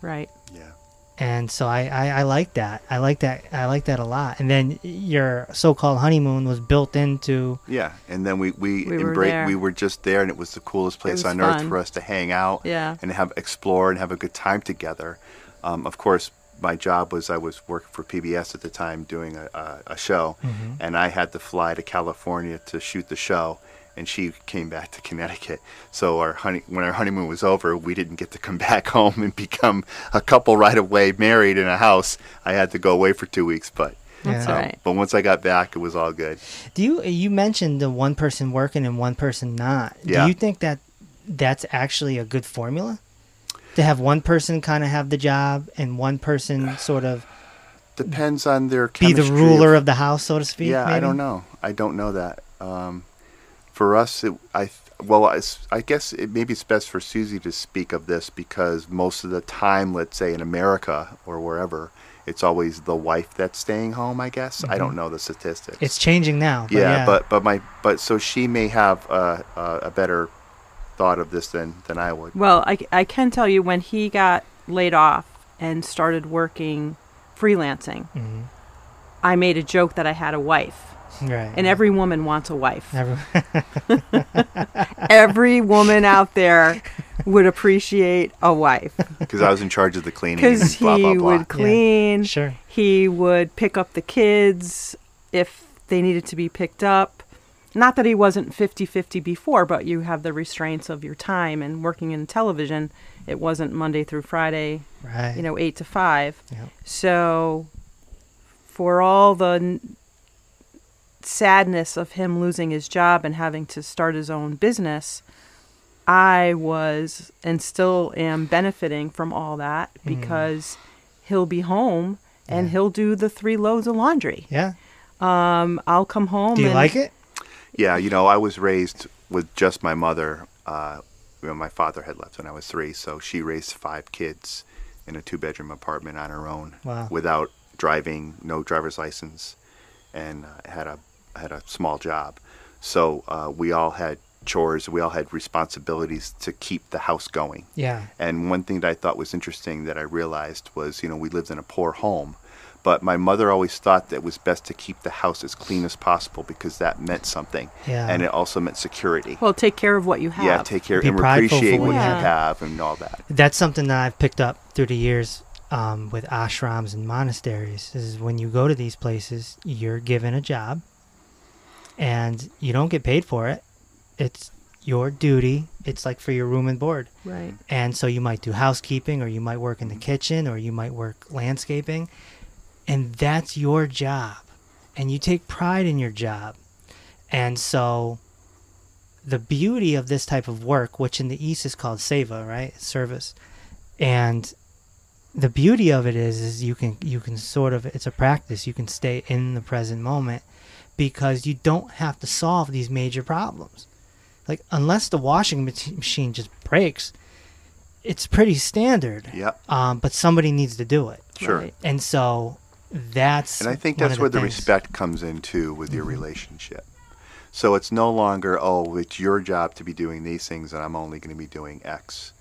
D: Right.
C: Yeah.
B: and so I, I i like that i like that i like that a lot and then your so-called honeymoon was built into
C: Yeah. And then we, we,
D: We were
C: embraced,
D: there.
C: we were just there, and it was the coolest place
D: was
C: on earth
D: fun.
C: for us to hang out.
D: Yeah.
C: and have explore and have a good time together. Um, of course, my job was I was working for PBS at the time doing a, a, a show, and I had to fly to California to shoot the show. And she came back to Connecticut. So our honey, when our honeymoon was over, we didn't get to come back home and become a couple right away, married in a house. I had to go away for two weeks, but um,
D: That's
B: Yeah.
D: all right.
C: but once I got back, it was all good.
B: do you you mentioned the one person working and one person not
C: Yeah.
B: do you think that that's actually a good formula to have one person kind of have the job and one person sort of
C: Depends on their
B: be the
C: chemistry of-
B: ruler of the house so to speak
C: Yeah, I
B: maybe?
C: don't know. I don't know that. Um, for us, it, I th- well, I, s- I guess it, maybe it's best for Susie to speak of this because most of the time, let's say in America or wherever, it's always the wife that's staying home. I guess I don't know the statistics.
B: Mm-hmm. it's changing now but
C: yeah, but but my but so she may have uh, uh, a better thought of this than than I would.
D: Well, I, I can tell you when he got laid off and started working freelancing, I made a joke that I had a wife.
B: right
D: And every woman wants a wife.
B: Mm-hmm. Every-
D: Every woman out there would appreciate a wife.
C: Because I was in charge of the cleaning.
D: because
C: and
D: he
C: blah, blah, blah.
D: would clean.
B: Sure.
D: He would pick up the kids if they needed to be picked up. Not that he wasn't 50 50 before, but you have the restraints of your time and working in television. It wasn't Monday through Friday,
B: Right.
D: you know, eight to five.
B: Yep.
D: So, for all the n- sadness of him losing his job and having to start his own business, I was and still am benefiting from all that because he'll be home and
B: Mm. Yeah.
D: he'll do the three loads of laundry.
B: Yeah.
D: Um, I'll come home.
B: Do you
D: and
B: like it?
C: Yeah, you know, I was raised with just my mother. Uh, you know, my father had left when I was three, so she raised five kids in a two-bedroom apartment on her own,
B: Wow.
C: without driving, no driver's license, and uh, had a had a small job. So uh, we all had chores, we all had responsibilities to keep the house going.
B: Yeah.
C: And one thing that I thought was interesting that I realized was, you know, we lived in a poor home, but my mother always thought that it was best to keep the house as clean as possible because that meant something.
B: Yeah.
C: And it also meant security.
D: Well, take care of what you have.
C: yeah, take care
B: Be
C: and
B: prideful for
C: appreciate
B: what
C: what
D: you
C: you
D: have.
C: have and all that.
B: That's something that I've picked up through the years um, with ashrams and monasteries. Is when you go to these places, you're given a job, and you don't get paid for it. It's your duty. It's like for your room and board.
D: right.
B: And so you might do housekeeping, or you might work in the kitchen, or you might work landscaping. And that's your job. And you take pride in your job. And so the beauty of this type of work, which in the East is called seva, right? Service. And the beauty of it is is you can you can sort of it's a practice. You can stay in the present moment because you don't have to solve these major problems. Like unless the washing mach- machine just breaks, it's pretty standard.
C: Yep.
B: Um, but somebody needs to do it.
C: Sure.
D: Right.
B: And so that's
C: And I think
B: one
C: that's
B: of
C: where the
B: things. Mm-hmm.
C: respect comes in too with your relationship. So it's no longer, oh, it's your job to be doing these things and I'm only going to be doing X.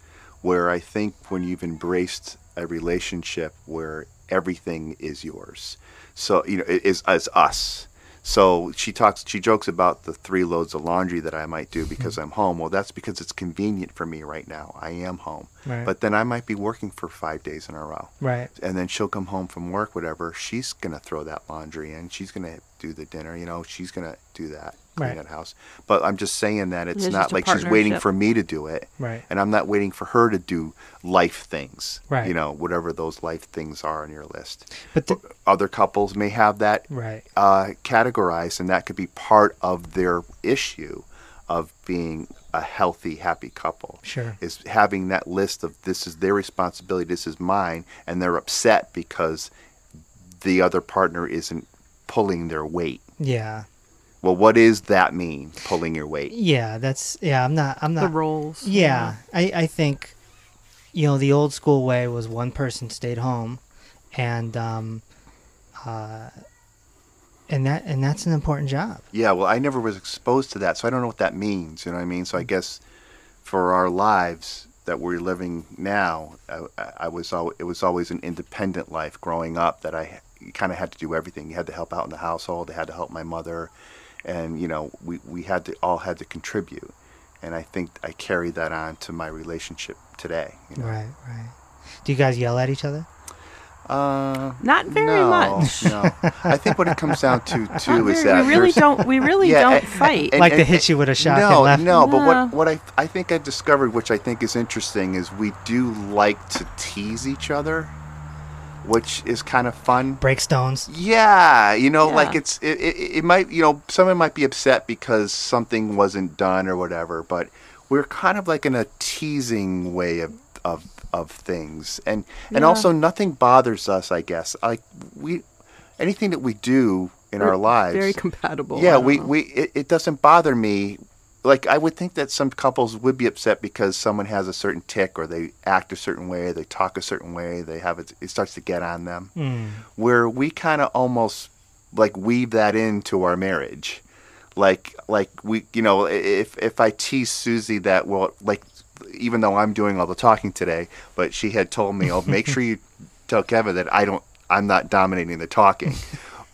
C: Where I think when you've embraced a relationship where everything is yours, so, you know, it is as us. So she talks, she jokes about the three loads of laundry that I might do because
B: Mm-hmm.
C: I'm home. Well, that's because it's convenient for me right now. I am home.
B: Right.
C: But then I might be working for five days in a row
B: Right.
C: and then she'll come home from work whatever she's gonna throw that laundry in she's gonna do the dinner you know she's gonna do that clean
B: Right.
C: that house but i'm just saying that it's
D: It's just
C: not
D: a
C: like she's waiting
D: partnership.
C: for me to do it
B: Right.
C: and i'm not waiting for her to do life things
B: Right.
C: you know whatever those life things are on your list
B: But the,
C: other couples may have that
B: right.
C: uh, categorized and that could be part of their issue of being a healthy happy couple
B: Sure.
C: is having that list of this is their responsibility, this is mine, and they're upset because the other partner isn't pulling their weight.
B: Yeah.
C: Well, what does that mean, pulling your weight?
B: Yeah. That's yeah. I'm not. I'm not.
D: The roles.
B: Yeah, I, I think, you know, the old school way was one person stayed home, and um, uh, and that and that's an important job.
C: Yeah, well, I never was exposed to that, so I don't know what that means. You know what I mean? So I
D: Mm.
C: guess for our lives that we're living now, I, I I was al- it was always an independent life growing up that I kind of had to do everything. You had to help out in the household. I had to help my mother, and you know we we had to all had to contribute. And I think I carry that on to my relationship today. You know?
B: Right, right. Do you guys yell at each other?
C: Uh,
D: Not very
C: no,
D: much.
C: No, I think what it comes down to
D: Not
C: too is
D: very-
C: that
D: we really
C: there's-
D: don't. We really
C: Yeah,
D: don't
C: and-
D: fight.
C: and-
B: like to hit you with a shot
C: no,
B: and left.
C: No, but
D: Yeah.
C: what, what I, I think I discovered, which I think is interesting, is we do like to tease each other, which is kind of fun.
B: Break stones.
C: Yeah, you know,
D: Yeah.
C: like it's it, it, it might you know someone might be upset because something wasn't done or whatever, but we're kind of like in a teasing way of of of things, and and
D: Yeah.
C: also nothing bothers us, I guess. Like we anything that we do in our lives
D: Very compatible. I
C: yeah,
D: don't
C: we,
D: know.
C: we it, it doesn't bother me. Like I would think that some couples would be upset because someone has a certain tick or they act a certain way, they talk a certain way, they have it it starts to get on them.
D: Hmm.
B: Mm.
C: Where we kind of almost like weave that into our marriage. Like like we you know, i- if if I tease Susie that well like even though I'm doing all the talking today, but she had told me, "Oh, make sure you tell Kevin that I don't I'm not dominating the talking."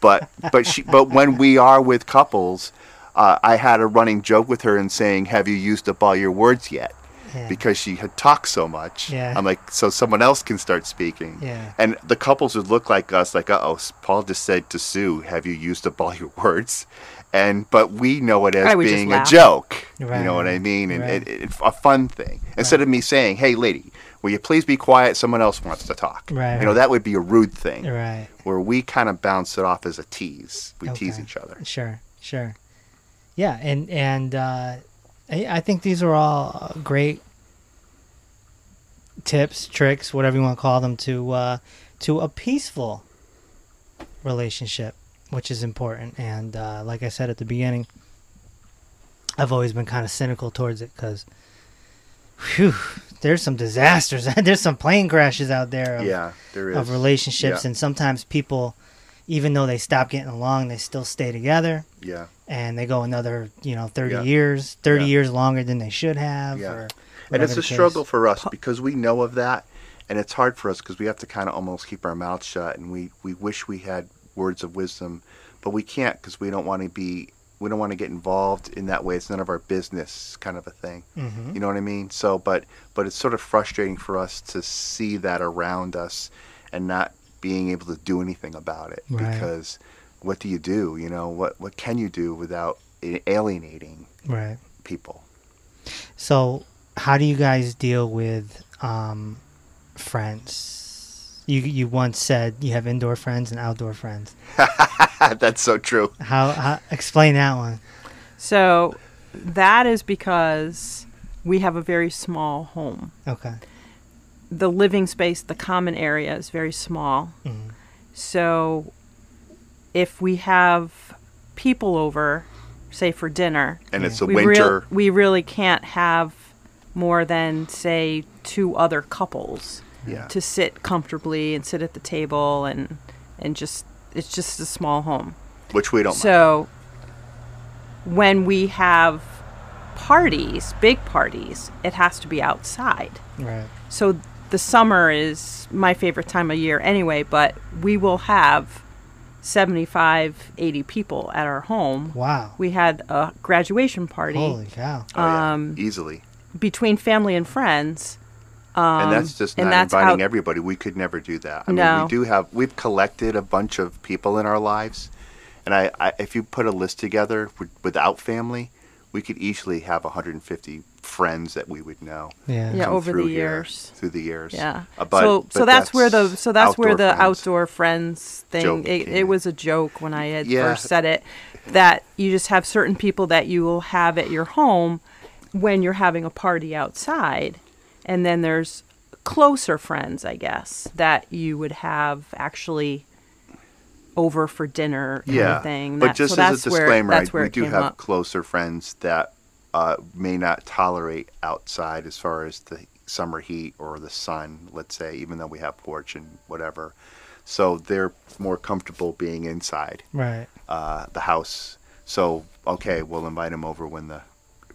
C: But but she but when we are with couples, uh, I had a running joke with her and saying, "Have you used up all your words yet?"
B: Yeah.
C: because she had talked so much.
B: Yeah.
C: I'm like, so someone else can start speaking.
B: Yeah.
C: And the couples would look like us, like, uh oh, Paul just said to Sue, have you used up all your words? And but we know it as
D: I would just
C: being a
D: laugh.
C: joke.
B: Right,
C: You know what I
B: right,
C: mean? And
B: right.
C: it, it, a fun thing. Instead of me saying, hey, lady, will you please be quiet? Someone else wants to talk.
B: Right,
C: You know,
B: right.
C: that would be a rude thing.
B: Right.
C: Where we kind of bounce it off as a tease. We tease
B: Okay.
C: each other.
B: Sure, sure. Yeah, and and uh, I, I think these are all uh, great tips, tricks, whatever you want to call them, to uh, to a peaceful relationship, which is important. And uh, like I said at the beginning, I've always been kind of cynical towards it because, whew, there's some disasters, there's some plane crashes out there. of-
C: Yeah, there is.
B: of relationships
C: Yeah.
B: and sometimes people even though they stop getting along they still stay together
C: yeah.
B: and they go another you know 30
C: Yeah.
B: years 30
C: Yeah.
B: years longer than they should have
C: Yeah.
B: or
C: and
B: whatever
C: it's
B: the
C: a
B: case.
C: struggle for us because we know of that and it's hard for us because we have to kind of almost keep our mouths shut and we, we wish we had words of wisdom but we can't because we don't want to be we don't want to get involved in that way it's none of our business kind of a thing you know what i mean so but but it's sort of frustrating for us to see that around us and not being able to do anything about it
B: Right.
C: because what do you do you know what what can you do without a- alienating
B: right
C: people
B: so how do you guys deal with um friends you you once said you have indoor friends and outdoor friends
C: that's so true
B: how, how explain that one
D: So that is because we have a very small home.
B: okay
D: The living space, the common area is very small.
B: Mhm.
D: So if we have people over, say for dinner,
C: and it's a
D: we, real-
C: winter
D: we really can't have more than, say, two other couples
C: Yeah.
D: to sit comfortably and sit at the table and, and just, it's just a small home.
C: which we don't mind.
D: So when we have parties, big parties, it has to be outside.
B: right
D: So the summer is my favorite time of year anyway, but we will have 75, 80 people at our home.
B: wow
D: We had a graduation party
B: holy cow
C: Oh, yeah.
D: um,
C: easily.
D: between family and friends.
C: and that's just
D: um, and
C: not
D: that's
C: inviting
D: out-
C: everybody. We could never do that. I mean,
D: No.
C: we do have we've collected a bunch of people in our lives, and I, I if you put a list together with, without family, we could easily have 150 friends that we would know.
B: yeah
D: Yeah.
C: come
D: over the
C: through here,
D: years.
C: through the years.
D: Yeah.
C: Uh, but-
D: so so
C: but
D: that's, where the so that's where the
C: friends.
D: outdoor friends thing
C: Joke
D: it,
C: came in.
D: it was a joke when I had
C: Yeah.
D: first said it that you just have certain people that you will have at your home when you're having a party outside and then there's closer friends I guess that you would have actually over for dinner kind
C: yeah.
D: of thing.
C: But
D: That-
C: just
D: so
C: as
D: that's
C: a
D: where-
C: disclaimer, I-
D: that's where
C: we
D: it
C: do
D: came
C: have
D: up.
C: closer friends that uh, may not tolerate outside as far as the summer heat or the sun, let's say, even though we have porch and whatever. So they're more comfortable being inside
B: right
C: uh, the house. So okay, we'll invite them over when the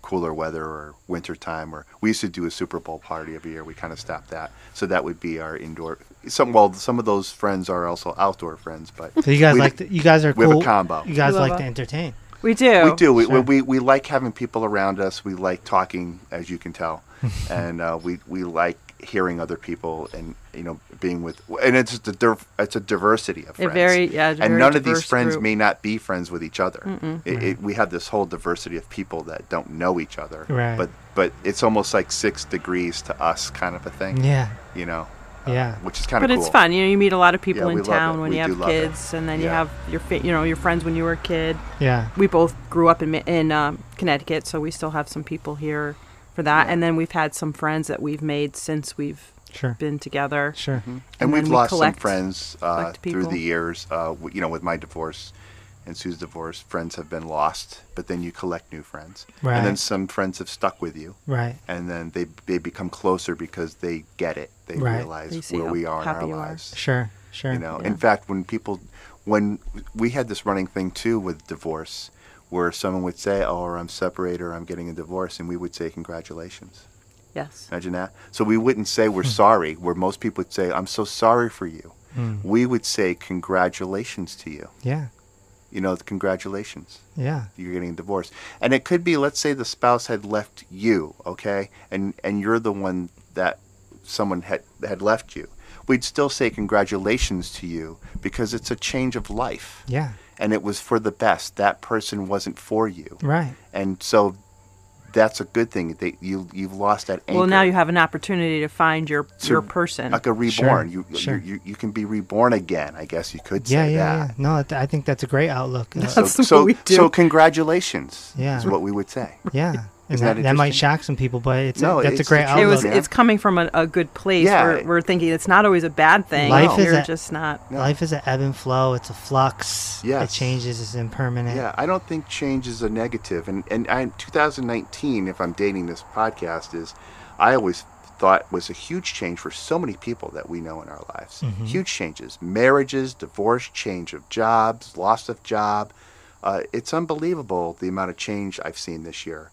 C: cooler weather or winter time or we used to do a Super Bowl party every year. We kind of stopped that. So that would be our indoor. Some well, some of those friends are also outdoor friends, but
B: so you guys
C: we-
B: like to, you guys are
C: we have a
B: cool
C: combo.
B: you guys
D: We love
B: like to
D: a-
B: entertain
D: We do.
C: We do. We,
B: Sure.
C: we, we like having people around us. We like talking, as you can tell, and uh, we we like hearing other people and you know being with. And it's just a div- it's a diversity of
D: A
C: friends.
D: very- yeah, it's a
C: and
D: very
C: none of these
D: diverse
C: friends
D: group.
C: may not be friends with each other. It, it, we have this whole diversity of people that don't know each other.
B: Right.
C: But but it's almost like six degrees to us, kind of a thing.
B: yeah
C: You know,
B: yeah
C: which is kind
D: but
C: of.
D: it's fun. You know, you meet a lot of people
C: Yeah, we
D: in
C: love it.
D: town when
C: We
D: you
C: do
D: have
C: love it.
D: kids, and then you
C: Yeah.
D: have your, fa- you know, your friends when you were a kid.
B: yeah
D: We both grew up in Mi- in um, Connecticut, so we still have some people here for that. And then we've had some friends that we've made since we've
B: Sure.
D: been together.
B: Sure.
C: Mm-hmm. and
D: And
C: we've
D: then we
C: lost
D: collect-
C: some friends uh,
D: collect
C: through
D: people.
C: the years. Uh, w- you know, with my divorce and Sue's divorce, friends have been lost, but then you collect new friends, and then
B: Right.
C: some friends have stuck with you,
B: Right.
C: and then they they become closer because they get it. They
B: Right.
D: They
C: realize
D: see
C: where
D: how
C: we are in our
D: happy you are.
C: lives.
B: Sure. Sure.
C: You know, in fact, when people, when we had this running thing too with divorce, where someone would say, "Oh, or I'm separated, or I'm getting a divorce," and we would say, "Congratulations."
D: Yes.
C: Imagine that. So we wouldn't say we're sorry, where most people would say, I'm so sorry for you. We would say, Congratulations to you.
B: Yeah.
C: you know, congratulations
B: Yeah.
C: you're getting divorced. And it could be, let's say, the spouse had left you, okay, and and you're the one that someone had had left you. We'd still say congratulations to you because it's a change of life,
B: Yeah.
C: and it was for the best. That person wasn't for you,
B: Right.
C: and so that's a good thing. They, you you've lost that anchor.
D: Well, now you have an opportunity to find your
C: To-
D: your person.
C: like
B: Sure,
C: a reborn. you,
B: sure.
C: you you you can be reborn again. I guess you could
B: Yeah,
C: say
B: yeah,
C: that.
B: yeah. No, I th- I think that's a great outlook. Uh,
D: That's
C: So
D: what
C: so,
D: we do.
C: so congratulations
B: Yeah.
C: is what we would say.
B: yeah. And
C: Isn't
B: that,
C: that
B: that might
C: interesting?
B: shock some people, but it's
C: No,
B: that's a
C: it's
B: great
C: the truth.
D: it
B: outlook.
D: was.
C: Yeah.
D: It's coming from a, a good place.
C: Yeah.
D: We're, we're thinking it's not always a bad thing.
B: Life is
D: You're
B: a-
D: just not.
C: No.
B: Life is an ebb and flow. It's a flux.
C: Yes.
B: It changes. It's impermanent.
C: Yeah, I don't think change is a negative. And and I, 2019, if I'm dating this podcast, is I always thought was a huge change for so many people that we know in our lives.
B: Mm-hmm.
C: Huge changes, marriages, divorce, change of jobs, loss of job. Uh, it's unbelievable the amount of change I've seen this year.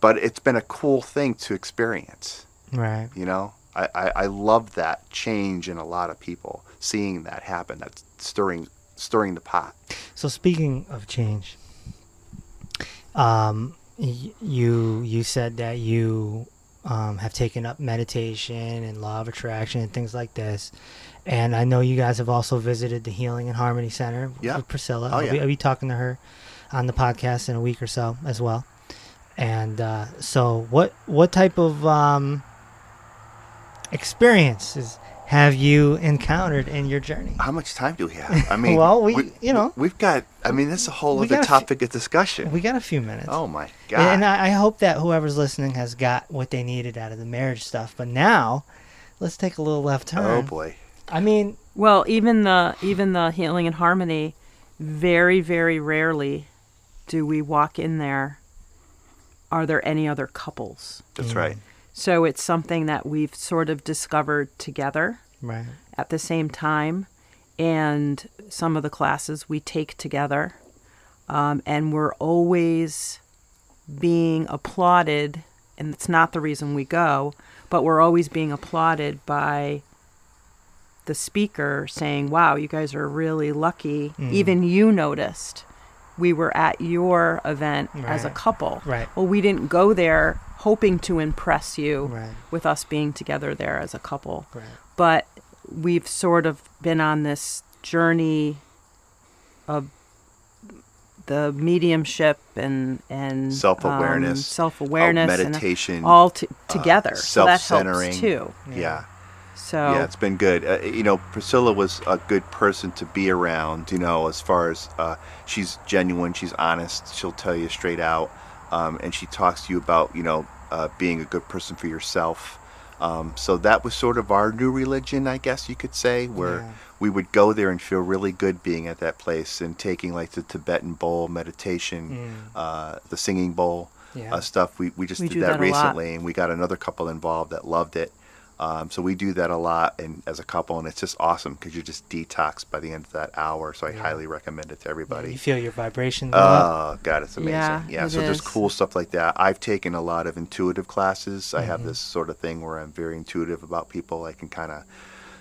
C: But it's been a cool thing to experience.
B: Right.
C: You know, I, I, I love that change in a lot of people. Seeing that happen, that's stirring stirring the pot.
B: So speaking of change, um, y- you you said that you um, have taken up meditation and law of attraction and things like this, and I know you guys have also visited the Healing and Harmony Center
C: Yeah.
B: with Priscilla.
C: Oh,
B: I'll, be,
C: yeah.
B: I'll be talking to her on the podcast in a week or so as well. And uh, so, what what type of um, experiences have you encountered in your journey?
C: how much time do we have? I mean,
B: Well, we- you know.
C: we've got. I mean, that's a whole
B: We got
C: other
B: a few-
C: topic of discussion.
B: We got a few minutes.
C: oh my
B: And,
C: god!
B: uh, and I, I hope that whoever's listening has got what they needed out of the marriage stuff. But now, let's take a little left turn.
C: oh boy!
B: I mean,
D: Well, even the even the healing and harmony, very very rarely, do we walk in there. Are there any other couples?
C: That's right.
D: So it's something that we've sort of discovered together.
B: right.
D: at the same time, and some of the classes we take together. Um, and we're always being applauded, and it's not the reason we go, but we're always being applauded by the speaker saying, Wow, you guys are really lucky.
B: Mm-hmm.
D: Even you noticed we were at your event as a
B: Right.
D: couple.
B: Right.
D: Well, we didn't go there hoping to impress you
B: Right.
D: with us being together there as a couple
B: Right.
D: but we've sort of been on this journey of the mediumship and and
C: Self-awareness,
D: um, self-awareness, and
C: meditation,
D: all to together. so that
C: Self-centering.
D: helps too.
C: Yeah.
D: So
C: Yeah, it's been good. Uh, you know, Priscilla was a good person to be around. You know, as far as uh, she's genuine, she's honest. She'll tell you straight out, um, and she talks to you about you know uh, being a good person for yourself. Um, so that was sort of our new religion, I guess you could say, where
B: Yeah.
C: we would go there and feel really good being at that place and taking like the Tibetan bowl meditation, uh, the singing bowl
B: Yeah.
C: uh, stuff. We, we just
D: Mm. We
C: did
D: do
C: that,
D: that a lot.
C: recently, and we got another couple involved that loved it. Um, so we do that a lot, and as a couple, and it's just awesome because you're just detoxed by the end of that hour. So I highly recommend it to everybody.
B: You feel your vibration. go up.
C: Oh God, it's amazing.
D: Yeah,
C: Yeah.
D: it
C: so there's
D: is.
C: cool stuff like that. I've taken a lot of intuitive classes. I
D: Mm-hmm.
C: have this sort of thing where I'm very intuitive about people. I can kind of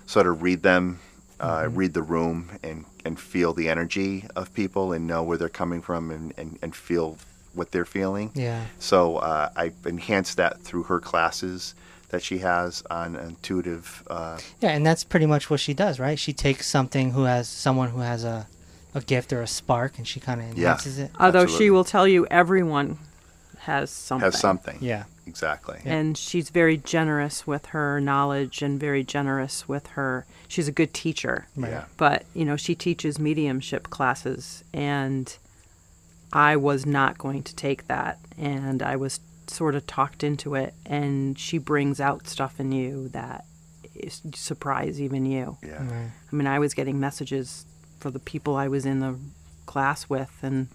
C: sort of read them, uh,
D: Mm-hmm.
C: read the room, and and feel the energy of people and know where they're coming from and and, and feel what they're feeling.
B: Yeah.
C: So uh, I enhanced that through her classes that she has on intuitive. Uh,
B: Yeah, and that's pretty much what she does, right? She takes something who has someone who has a, a gift or a spark, and she kind of
C: Yeah.
B: enhances it.
D: although
C: absolutely.
D: she will tell you everyone has something.
C: has something.
B: Yeah.
C: Exactly.
D: And she's very generous with her knowledge and very generous with her. She's a good teacher.
C: Yeah.
D: but you know she teaches mediumship classes and i was not going to take that and i was sort of talked into it and she brings out stuff in you that is surprise even you
C: Yeah.
B: Right.
D: i mean i was getting messages for the people i was in the class with and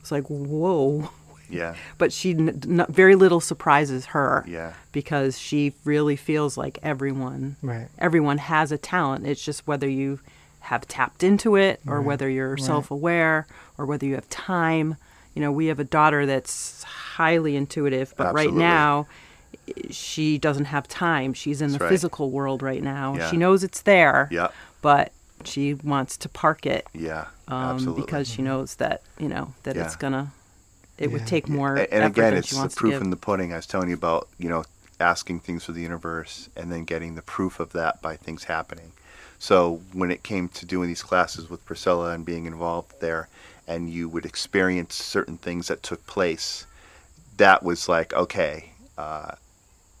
D: it's like whoa
C: Yeah.
D: but she n- n- very little surprises her
C: Yeah.
D: because she really feels like everyone
B: Right.
D: everyone has a talent. It's just whether you have tapped into it or whether you're self-aware or whether you have time. You know, we have a daughter that's highly intuitive, but
C: Absolutely.
D: right now she doesn't have time. She's in
C: That's
D: the
C: right.
D: physical world right now.
C: Yeah.
D: She knows it's there.
C: Yeah.
D: But she wants to park it
C: Yeah,
D: um,
C: absolutely.
D: because she knows that you know that it's
C: Yeah.
D: gonna it
B: Yeah.
D: would take more
C: A- and
D: effort
C: again,
D: than
C: it's
D: she
C: the
D: wants
C: proof
D: to give.
C: in the pudding. I was telling you about, you know, asking things for the universe and then getting the proof of that by things happening. So when it came to doing these classes with Priscilla and being involved there, and you would experience certain things that took place, that was like, okay, uh,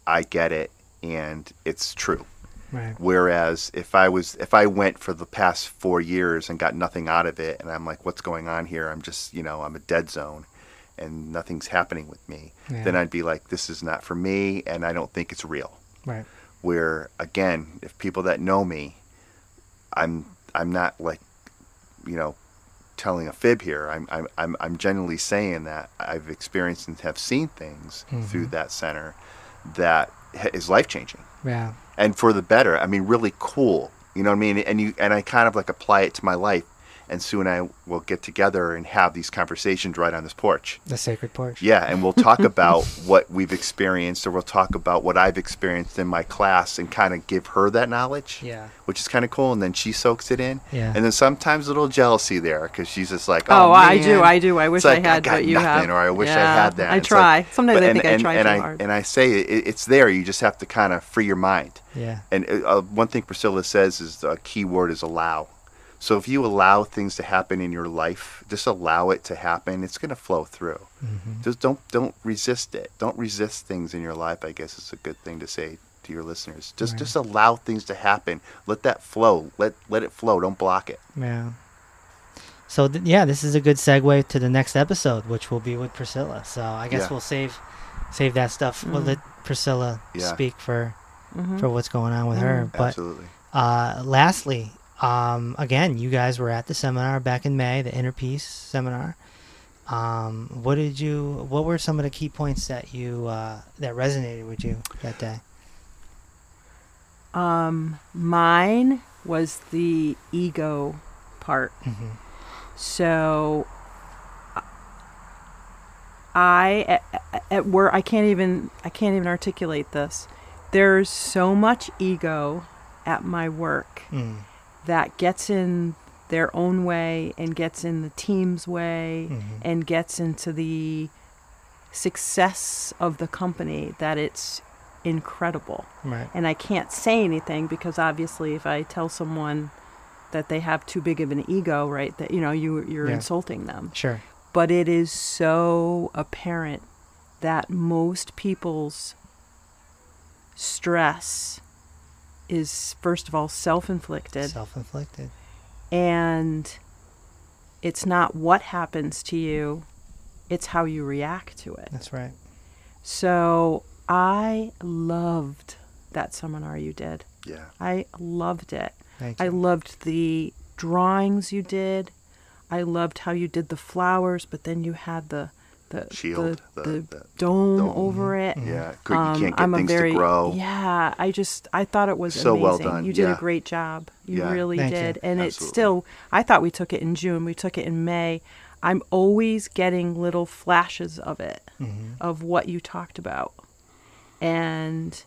C: I get it, and it's true.
B: Right.
C: Whereas if I was if I went for the past four years and got nothing out of it, and I'm like, what's going on here? I'm just you know I'm a dead zone, and nothing's happening with me.
B: Yeah.
C: Then I'd be like, this is not for me, and I don't think it's real.
B: Right.
C: Where again, if people that know me, I'm I'm not like you know telling a fib here. I'm I'm I'm, I'm genuinely saying that I've experienced and have seen things through that center that ha- is life changing
B: Yeah.
C: and for the better. I mean, really cool. You know what I mean? And you and I kind of like apply it to my life. And Sue and I will get together and have these conversations right on this porch.
B: The sacred porch.
C: Yeah, and we'll talk about what we've experienced, or we'll talk about what I've experienced in my class, and kind of give her that knowledge.
B: Yeah.
C: which is kind of cool. And then she soaks it in.
B: Yeah.
C: and then sometimes a little jealousy there because she's just like,
D: Oh,
C: "Oh,
D: I do,
C: man."
D: I do. I wish
C: It's like,
D: I had
C: got
D: what you
C: nothing,
D: have,
C: or I wish I
D: Yeah,
C: had that.
D: I
C: It's like-
D: try. Sometimes
C: but-
D: I
C: and-
D: think I
C: and-
D: try
C: and
D: too
C: I-
D: hard.
C: And I say it, it's there. You just have to kind of free your mind.
B: Yeah.
C: And uh, uh, one thing Priscilla says is a key word is allow. So if you allow things to happen in your life, just allow it to happen. It's going to flow through.
B: Mm-hmm.
C: Just don't don't resist it. Don't resist things in your life. I guess is a good thing to say to your listeners. Just
B: Right.
C: just allow things to happen. Let that flow. Let let it flow. Don't block it.
B: Yeah. So th- yeah, this is a good segue to the next episode, which will be with Priscilla. So I guess
C: Yeah.
B: we'll save save that stuff. We'll
D: Mm.
B: let Priscilla
C: Yeah.
B: speak for
D: Mhm.
B: for what's going on with her. But
C: Absolutely.
B: uh, lastly, um, again, you guys were at the seminar back in May, the Inner Peace seminar. Um, what did you? What were some of the key points that you uh, that resonated with you that day?
D: Um, mine was the ego part.
B: Mhm.
D: So I at, at- at where I can't even I can't even articulate this. There's so much ego at my work
B: Mm,
D: that gets in their own way and gets in the team's way
B: Mhm.
D: and gets into the success of the company that it's incredible
B: right.
D: and I can't say anything because obviously if I tell someone that they have too big of an ego, right, that you know you you're
B: Yeah.
D: insulting them.
B: Sure.
D: But it is so apparent that most people's stress is first of all self-inflicted
B: Self-inflicted.
D: and it's not what happens to you, it's how you react to it.
B: That's right.
D: So I loved that seminar you did.
C: Yeah.
D: I loved it.
B: Thank
D: I
B: you.
D: loved the drawings you did. I loved how you did the flowers, but then you had the the
C: Shield,
D: the,
C: the-
D: the
C: the
D: dome,
C: dome. Mm-hmm.
D: over it. Um,
C: Yeah. Could- You can't get
D: I'm a
C: things
D: very-
C: to grow.
D: Yeah, I just I thought it was
C: So well
D: amazing.
C: done,
D: You did
C: yeah.
D: a great job. You
C: Yeah.
D: really
B: Thank you.
D: did, and it's
C: Absolutely.
D: still. I thought we took it in June. We took it in May. I'm always getting little flashes of it,
B: Mm-hmm.
D: of what you talked about, and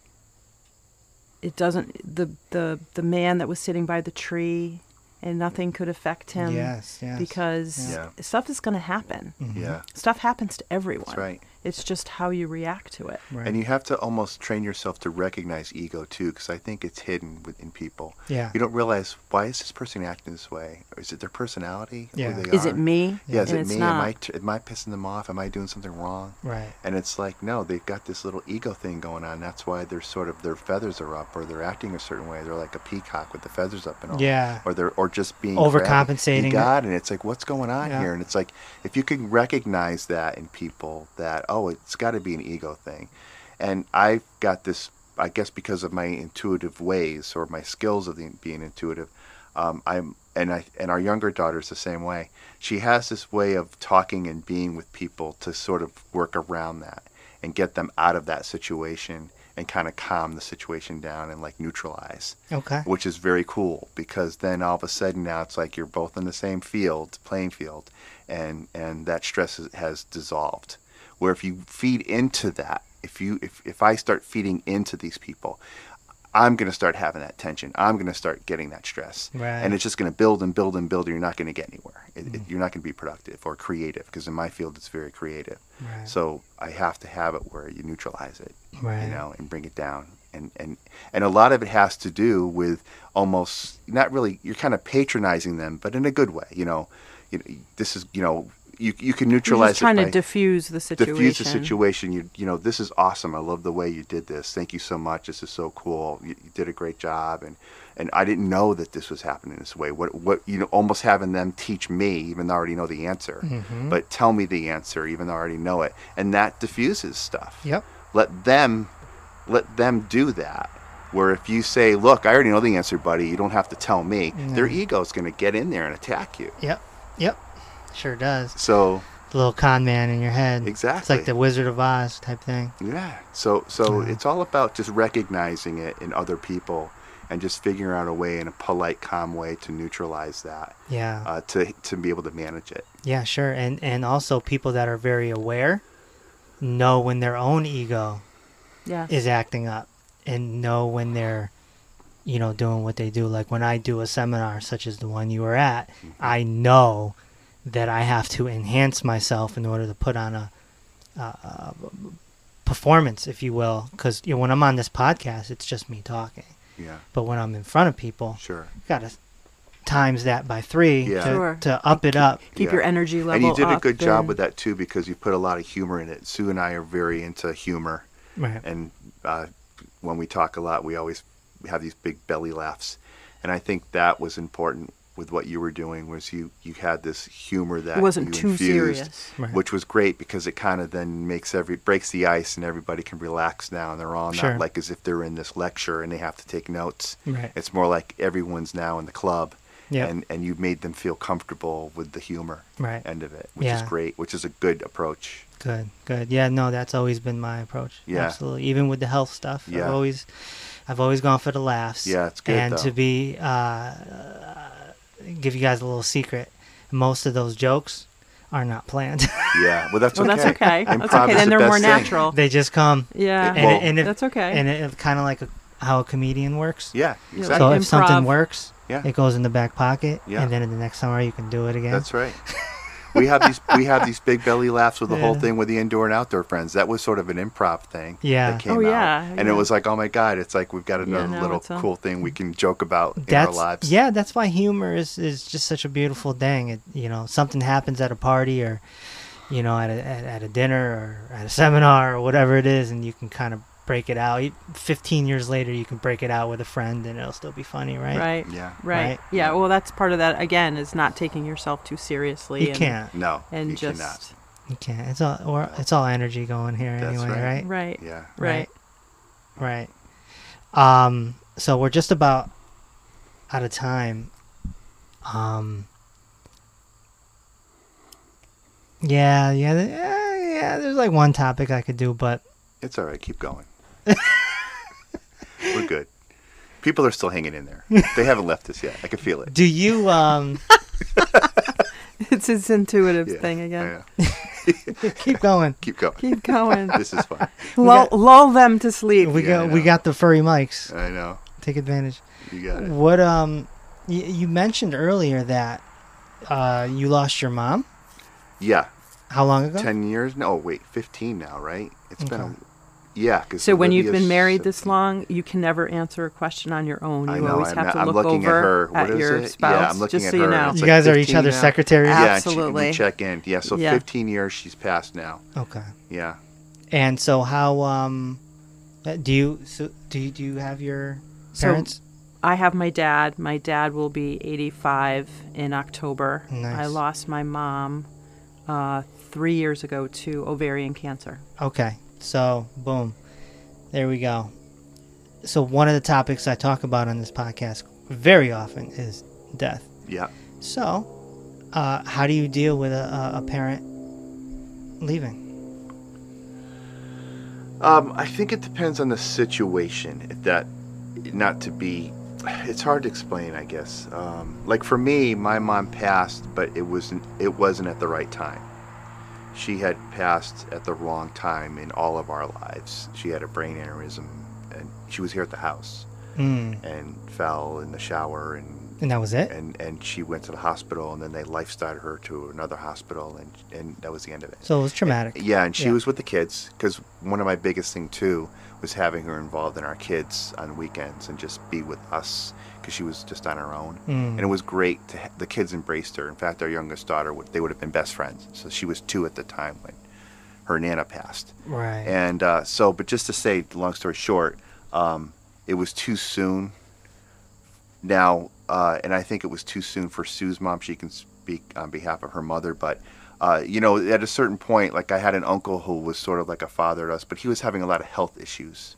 D: it doesn't. The the the man that was sitting by the tree, and nothing could affect him.
B: Yes, yes. Mm-hmm.
D: Because
C: Yeah. Yeah.
D: stuff is going to happen.
C: Yeah.
D: Stuff happens to everyone.
C: right.
D: It's just how you react to it.
B: Right.
C: And you have to almost train yourself to recognize ego too, because I think it's hidden within people.
B: Yeah.
C: You don't realize why is this person acting this way, or is it their personality? who
B: Yeah.
C: they
D: Is it
C: are?
D: me?
C: Yeah, is
D: And
C: it
D: it's
C: me? Am
D: not.
C: I t- am I pissing them off? Am I doing something wrong?
B: right.
C: And it's like no, they've got this little ego thing going on. That's why they're sort of their feathers are up, or they're acting a certain way. They're like a peacock with the feathers up and all.
B: Yeah.
C: Or they're or just being
B: Overcompensating.
C: You got, and it's like what's going on
B: Yeah.
C: here? And it's like if you can recognize that in people that oh, it's got to be an ego thing. And I've got this, I guess, because of my intuitive ways or my skills of the, being intuitive. Um, I'm and I and our younger daughter's the same way. She has this way of talking and being with people to sort of work around that and get them out of that situation and kind of calm the situation down and like neutralize
B: Okay.
C: which is very cool because then all of a sudden now it's like you're both in the same field, playing field, and and that stress is, has dissolved. Where if you feed into that, if you if if I start feeding into these people, I'm going to start having that tension. I'm going to start getting that stress.
B: Right. Mm.
C: And it's just going to build and build and build. And you're not going to get anywhere. It, it, you're not going to be productive or creative because in my field, it's very creative.
B: Right.
C: So I have to have it where you neutralize it,
B: Right.
C: you know, and bring it down. And, and, and a lot of it has to do with almost not really, you're kind of patronizing them, but in a good way. You know, you, this is, you know, you, you can
D: You're
C: neutralize
D: just trying
C: it by,
D: to diffuse the situation.
C: diffuse the situation. You you know, this is awesome. I love the way you did this. Thank you so much. This is so cool. You, you did a great job, and and I didn't know that this was happening this way. What what you know, almost having them teach me, even though I already know the answer,
D: Mm-hmm.
C: but tell me the answer, even though I already know it, and that diffuses stuff.
B: Yep.
C: Let them let them do that. Where if you say, "Look, I already know the answer, buddy. You don't have to tell me," their ego's going to get in there and attack you.
B: Yep. Yep. Sure does.
C: So
B: little con man in your head. It's
C: Exactly.
B: like the Wizard of Oz type thing.
C: Yeah. So so it's all about just recognizing it in other people and just figuring out a way in a polite, calm way to neutralize that,
B: Yeah.
C: uh, to to be able to manage it.
B: yeah, sure. And and also people that are very aware know when their own ego
E: Yes.
B: is acting up and know when they're you know doing what they do like when i do a seminar such as the one you were at
C: Mm-hmm.
B: i know that i have to enhance myself in order to put on a uh, performance if you will because you know, when i'm on this podcast it's just me talking
C: Yeah.
B: but when i'm in front of people
C: Sure.
B: gotta times that by three
C: Yeah.
B: to,
E: Sure.
B: to up it up
E: Keep
C: Yeah.
E: your energy level
C: And you did a
E: up
C: good job
E: and-
C: with that too, because you put a lot of humor in it. Sue and I are very into humor,
B: right
C: and uh, when we talk a lot, we always have these big belly laughs, and I think that was important with what you were doing. Was you you had this humor that
D: It wasn't
C: you
D: too
C: infused.
D: serious.
B: Right.
C: which was great because it kind of then makes every breaks the ice and everybody can relax now and they're all
B: Sure.
C: not like as if they're in this lecture and they have to take notes.
B: Right.
C: It's more like everyone's now in the club.
B: Yeah.
C: And and you've made them feel comfortable with the humor
B: Right.
C: end of it, which
B: Yeah.
C: is great, which is a good approach.
B: Good, good. Yeah, no, that's always been my approach.
C: Yeah.
B: absolutely. Even with the health stuff,
C: Yeah.
B: I've always, I've always gone for the laughs.
C: Yeah, it's good,
B: And
C: though.
B: to be, uh, give you guys a little secret, most of those jokes are not planned.
C: Yeah. Well, that's
D: Well,
C: okay.
D: that's okay. That's
C: Improv
D: okay.
C: is
D: Then
C: the
D: they're more
C: best thing.
D: natural.
B: they just come.
D: Yeah.
B: And,
C: Well-
B: it, and it,
D: That's okay.
B: And it, it's kind of like a, how a comedian works.
C: Yeah.
D: Yeah,
C: Exactly.
B: So
D: like
B: if something
D: improv.
B: works,
C: Yeah.
B: it goes in the back pocket,
C: Yeah.
B: and then in the next summer you can do it again.
C: That's right. We have these we have these big belly laughs with the whole
B: Yeah.
C: thing with the indoor and outdoor friends. That was sort of an improv thing.
B: Yeah.
C: That came
D: Oh,
C: out.
D: yeah,
C: And it
D: yeah.
C: was like, oh my god, it's like we've got another
D: now
C: little
D: it's a-
C: cool thing we can joke about in
B: that's
C: our lives.
B: yeah that's why humor is is just such a beautiful thing it you know something happens at a party or you know at a at, at a dinner or at a seminar or whatever it is and you can kind of break it out You- 15 years later you can break it out with a friend and it'll still be funny right
D: Right.
C: Yeah.
D: Right.
B: Right.
D: Yeah. Well, that's part of that again is not taking yourself too seriously.
B: you
D: and,
B: can't
C: No.
D: And
C: you
D: just
C: cannot.
B: you can't it's all or it's all energy going here
C: That's
B: anyway
C: right.
B: right
D: right.
C: Yeah.
D: Right.
B: right um so we're just about out of time um yeah yeah th- yeah, yeah there's like one topic i could do but
C: It's all right. Keep going. We're good. People are still hanging in there. They haven't left us yet. I can feel it.
B: do you um
D: It's his intuitive
C: Yeah.
D: thing again.
C: Yeah.
B: keep going
C: Keep going.
D: Keep going.
C: This is fun.
D: lull, lull them to sleep.
B: we
C: Yeah, I
B: got we
C: know.
B: got the furry mics
C: I know.
B: take advantage
C: You got it.
B: what um y- you mentioned earlier that uh you lost your mom
C: Yeah.
B: how long ago
C: 10 years? No, wait, 15 now, right? It's been
B: Okay.
C: a. Yeah. 'cause
D: so when you've
C: Olivia's
D: been married this
C: 17.
D: long, you can never answer a question on your own. You
C: I know,
D: always
C: I'm
D: have
C: not-
D: to
C: I'm
D: look
C: looking at
D: over
C: her. What is
D: your
C: it? Yeah,
D: spouse.
C: I'm looking
D: just
C: at
D: so you
C: her,
D: know.
C: and it's
B: you
C: like
B: guys are each
C: 15
B: other's
C: now.
B: secretaries
C: Yeah, and She,
D: Absolutely.
C: we check in. Yeah, so
D: Yeah.
C: 15 years she's passed now.
B: okay
C: Yeah.
B: And so, how um, uh, do you so do you, do you have your
D: So-
B: parents?
D: I have my dad. My dad will be 85 in October.
B: Nice.
D: I lost my mom uh, three years ago to ovarian cancer.
B: okay, so boom, there we go. So one of the topics I talk about on this podcast very often is death.
C: Yeah.
B: So, uh, how do you deal with a, a, a parent leaving?
C: Um, I think it depends on the situation. If that, not to be, it's hard to explain. I guess. Um, like for me, my mom passed, but it wasn't. It wasn't at the right time. She had passed at the wrong time in all of our lives. She had a brain aneurysm, and she was here at the house.
B: Mm.
C: and fell in the shower and
B: And that was it.
C: and and she went to the hospital and then they lifestyled her to another hospital and and that was the end of it.
B: So it was traumatic.
C: Yeah, and she
B: Yeah.
C: was with the kids because one of my biggest thing too was having her involved in our kids on weekends and just be with us because she was just on her own. And it was great. To ha- the kids embraced her. In fact, our youngest daughter would they would have been best friends. So she was two at the time when her nana passed.
B: Right.
C: And uh, so, but just to say, long story short, um, it was too soon. Now, uh, and I think it was too soon for Sue's mom. She can speak on behalf of her mother, but uh, you know, at a certain point, like I had an uncle who was sort of like a father to us, but he was having a lot of health issues.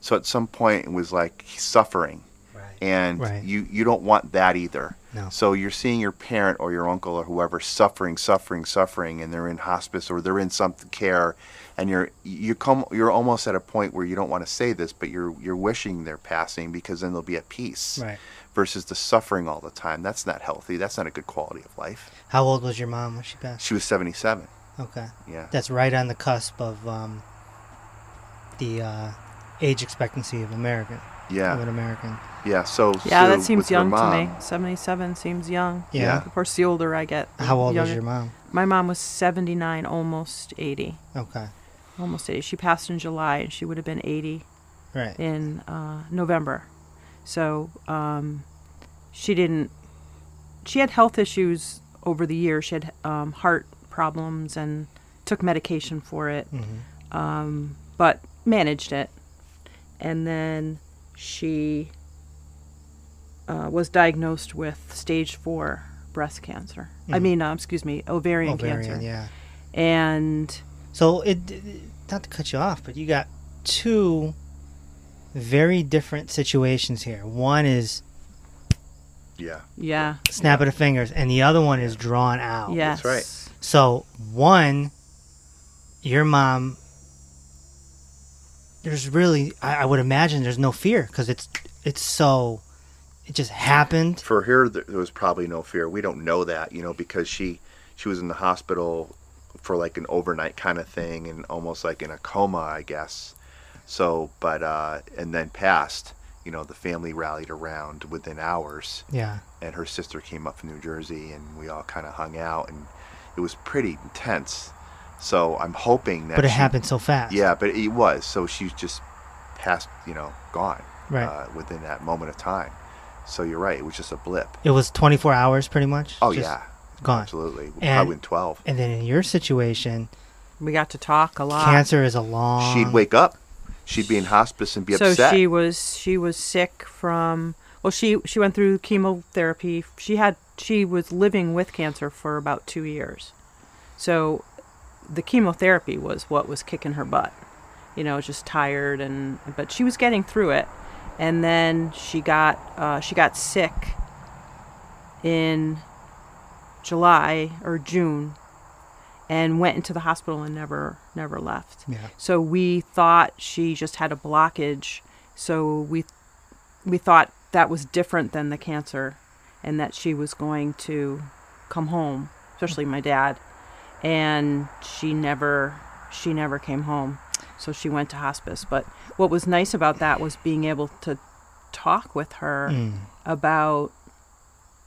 C: So at some point, it was like he's suffering,
B: Right.
C: and
B: Right.
C: you you don't want that either.
B: No.
C: So you're seeing your parent or your uncle or whoever suffering, suffering, suffering, and they're in hospice or they're in some care, and you're you come you're almost at a point where you don't want to say this, but you're you're wishing they're passing because then they'll be at peace.
B: Right.
C: Versus the suffering all the time. That's not healthy. That's not a good quality of life.
B: How old was your mom when she passed?
C: She was 77.
B: Okay.
C: Yeah.
B: That's right on the cusp of um, the uh, age expectancy of American. Of an
C: yeah.
B: American.
C: Yeah. So
D: Yeah, that
C: Sue,
D: seems
C: with your
D: young to me.
C: mom-
D: 77 seems young.
B: Yeah.
C: Yeah.
D: Of course, the older I get. the
B: How old was
D: younger-
B: your mom?
D: My mom was 79, almost 80.
B: Okay.
D: Almost 80. She passed in July, and she would have been 80
B: Right.
D: in uh, November. So um, she didn't. She had health issues over the years. She had um, heart problems and took medication for it,
B: Mm-hmm.
D: um, but managed it. And then she uh, was diagnosed with stage four breast cancer. I mean, um, excuse me, ovarian,
B: Mm-hmm. Ovarian.
D: cancer.
B: Yeah.
D: And
B: So it, not to cut you off, but you got two very different situations here. One is
C: Yeah.
D: yeah,
B: snap of the fingers, and the other one is drawn out.
D: yes,
C: right.
B: So one, your mom. There's really, I, I would imagine, there's no fear because it's it's so, it just happened.
C: for her th- there was probably no fear we don't know that you know because she she was in the hospital for like an overnight kind of thing and almost like in a coma i guess so but uh and then passed you know the family rallied around within hours
B: Yeah.
C: and her sister came up from new jersey and we all kind of hung out and it was pretty intense so i'm hoping that
B: But it
C: she-
B: happened so fast.
C: yeah but it was so she's just passed you know gone
B: Right.
C: uh, within that moment of time so you're right it was just a blip
B: It was 24 hours, pretty much.
C: Oh
B: just
C: yeah,
B: Gone.
C: absolutely. We
B: And-
C: Probably in twelve.
B: And then in your situation,
D: We got to talk a lot.
B: cancer is a long.
C: She'd wake up. She'd be in hospice and be
D: so
C: upset.
D: she was she was sick from well she she went through chemotherapy. She had she was living with cancer for about 2 years. So the chemotherapy was what was kicking her butt. You know, just tired and but she was getting through it. And then she got uh, she got sick in July or June and went into the hospital and never never left.
B: Yeah.
D: So we thought she just had a blockage. So we we thought that was different than the cancer and that she was going to come home, especially my dad. And she never she never came home. So she went to hospice, but what was nice about that was being able to talk with her about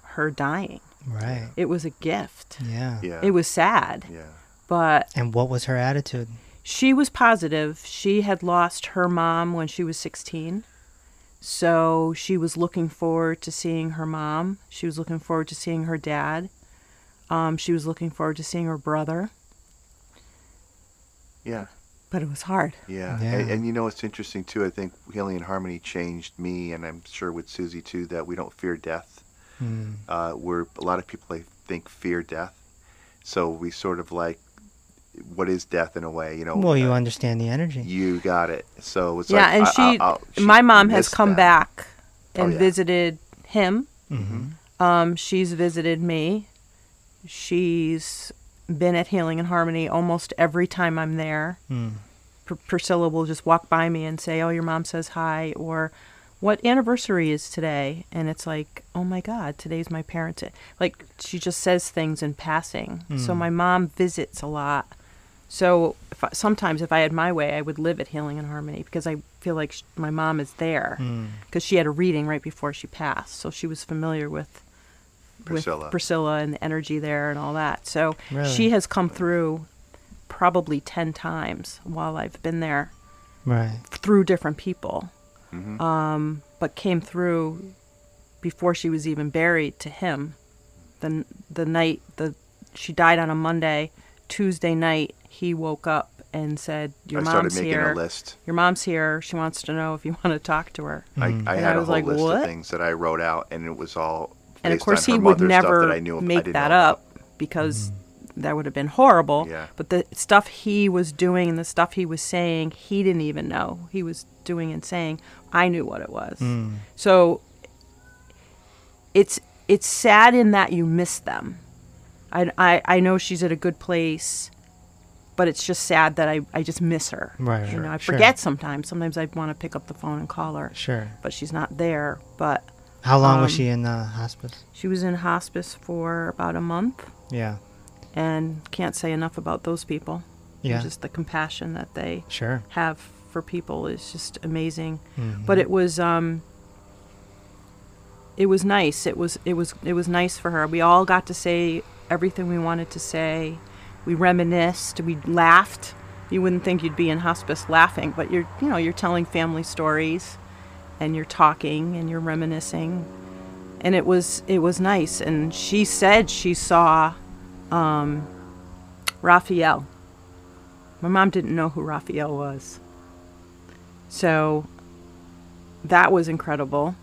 D: her dying.
B: Right.
D: It was a gift.
B: Yeah.
C: yeah.
D: It was sad,
C: yeah.
D: but
B: And what was her attitude?
D: she was positive. She had lost her mom when she was 16. So she was looking forward to seeing her mom. She was looking forward to seeing her dad. Um, she was looking forward to seeing her brother.
C: Yeah.
D: But it was hard.
C: Yeah.
B: Yeah.
C: And, and you know what's interesting too? I think Healing and Harmony changed me, and I'm sure with Susie too, that we don't fear death.
B: Hmm.
C: Uh, where a lot of people I think fear death, so we sort of like, what is death in a way? You know.
B: Well, you
C: uh,
B: understand the energy.
C: you got it. So it's
D: yeah,
C: like,
D: and
C: I-
D: she,
C: I- I'll- she
D: my mom has
C: missed
D: come
C: that. Oh,
D: back and
C: yeah.
D: visited him.
C: Mm-hmm.
B: Mhm.
D: Um, she's visited me. She's been at Healing and Harmony almost every time I'm there.
B: Hmm.
D: Pr- Priscilla will just walk by me and say, "Oh, your mom says hi," or "What anniversary is today?" And it's like, "Oh my God, today's my parents." Like she just says things in passing. So my mom visits a lot. So if I, sometimes, if I had my way, I would live at Healing and Harmony because I feel like sh my mom is there because she had a reading right before she passed, so she was familiar with
C: Priscilla.
D: with Priscilla and the energy there and all that. So
B: Really?
D: she has come through probably ten times while I've been there
B: Right.
D: through different people,
C: Mm-hmm.
D: um, but came through before she was even buried to him. The the night the she died on a Monday, Tuesday night he woke up and said, "Your
C: I started
D: mom's
C: making
D: here.
C: a list.
D: Your mom's here. She wants to know if you want to talk to her."
C: I, I
D: And
C: had
D: I
C: a
D: was
C: whole
D: like,
C: list of
D: "What?"
C: things that I wrote out, and it was all.
D: and of
C: based
D: course
C: on
D: he
C: her
D: would
C: mother's stuff
D: never
C: that I knew, I
D: make
C: didn't
D: that
C: know
D: up
C: about.
D: because that would have been horrible
C: Yeah.
D: but the stuff he was doing and the stuff he was saying he didn't even know he was doing and saying i knew what it was
B: Hmm.
D: so it's it's sad in that you miss them I, I i know she's at a good place but it's just sad that i i just miss her
B: Right,
D: you
B: sure,
D: know i
B: sure.
D: forget sometimes sometimes i want to pick up the phone and call her
B: Sure.
D: but she's not there but
B: How long was
D: Um,
B: she in the hospice?
D: she was in hospice for about a month
B: Yeah.
D: and can't say enough about those people.
B: Yeah.
D: Just the compassion that they
B: Sure.
D: have for people is just amazing. But it was um it was nice. It was it was it was nice for her. We all got to say everything we wanted to say. We reminisced, we laughed. You wouldn't think you'd be in hospice laughing, but you're you know, you're telling family stories and you're talking and you're reminiscing. And it was it was nice and she said she saw um, Raphael. My mom didn't know who Raphael was. So that was incredible.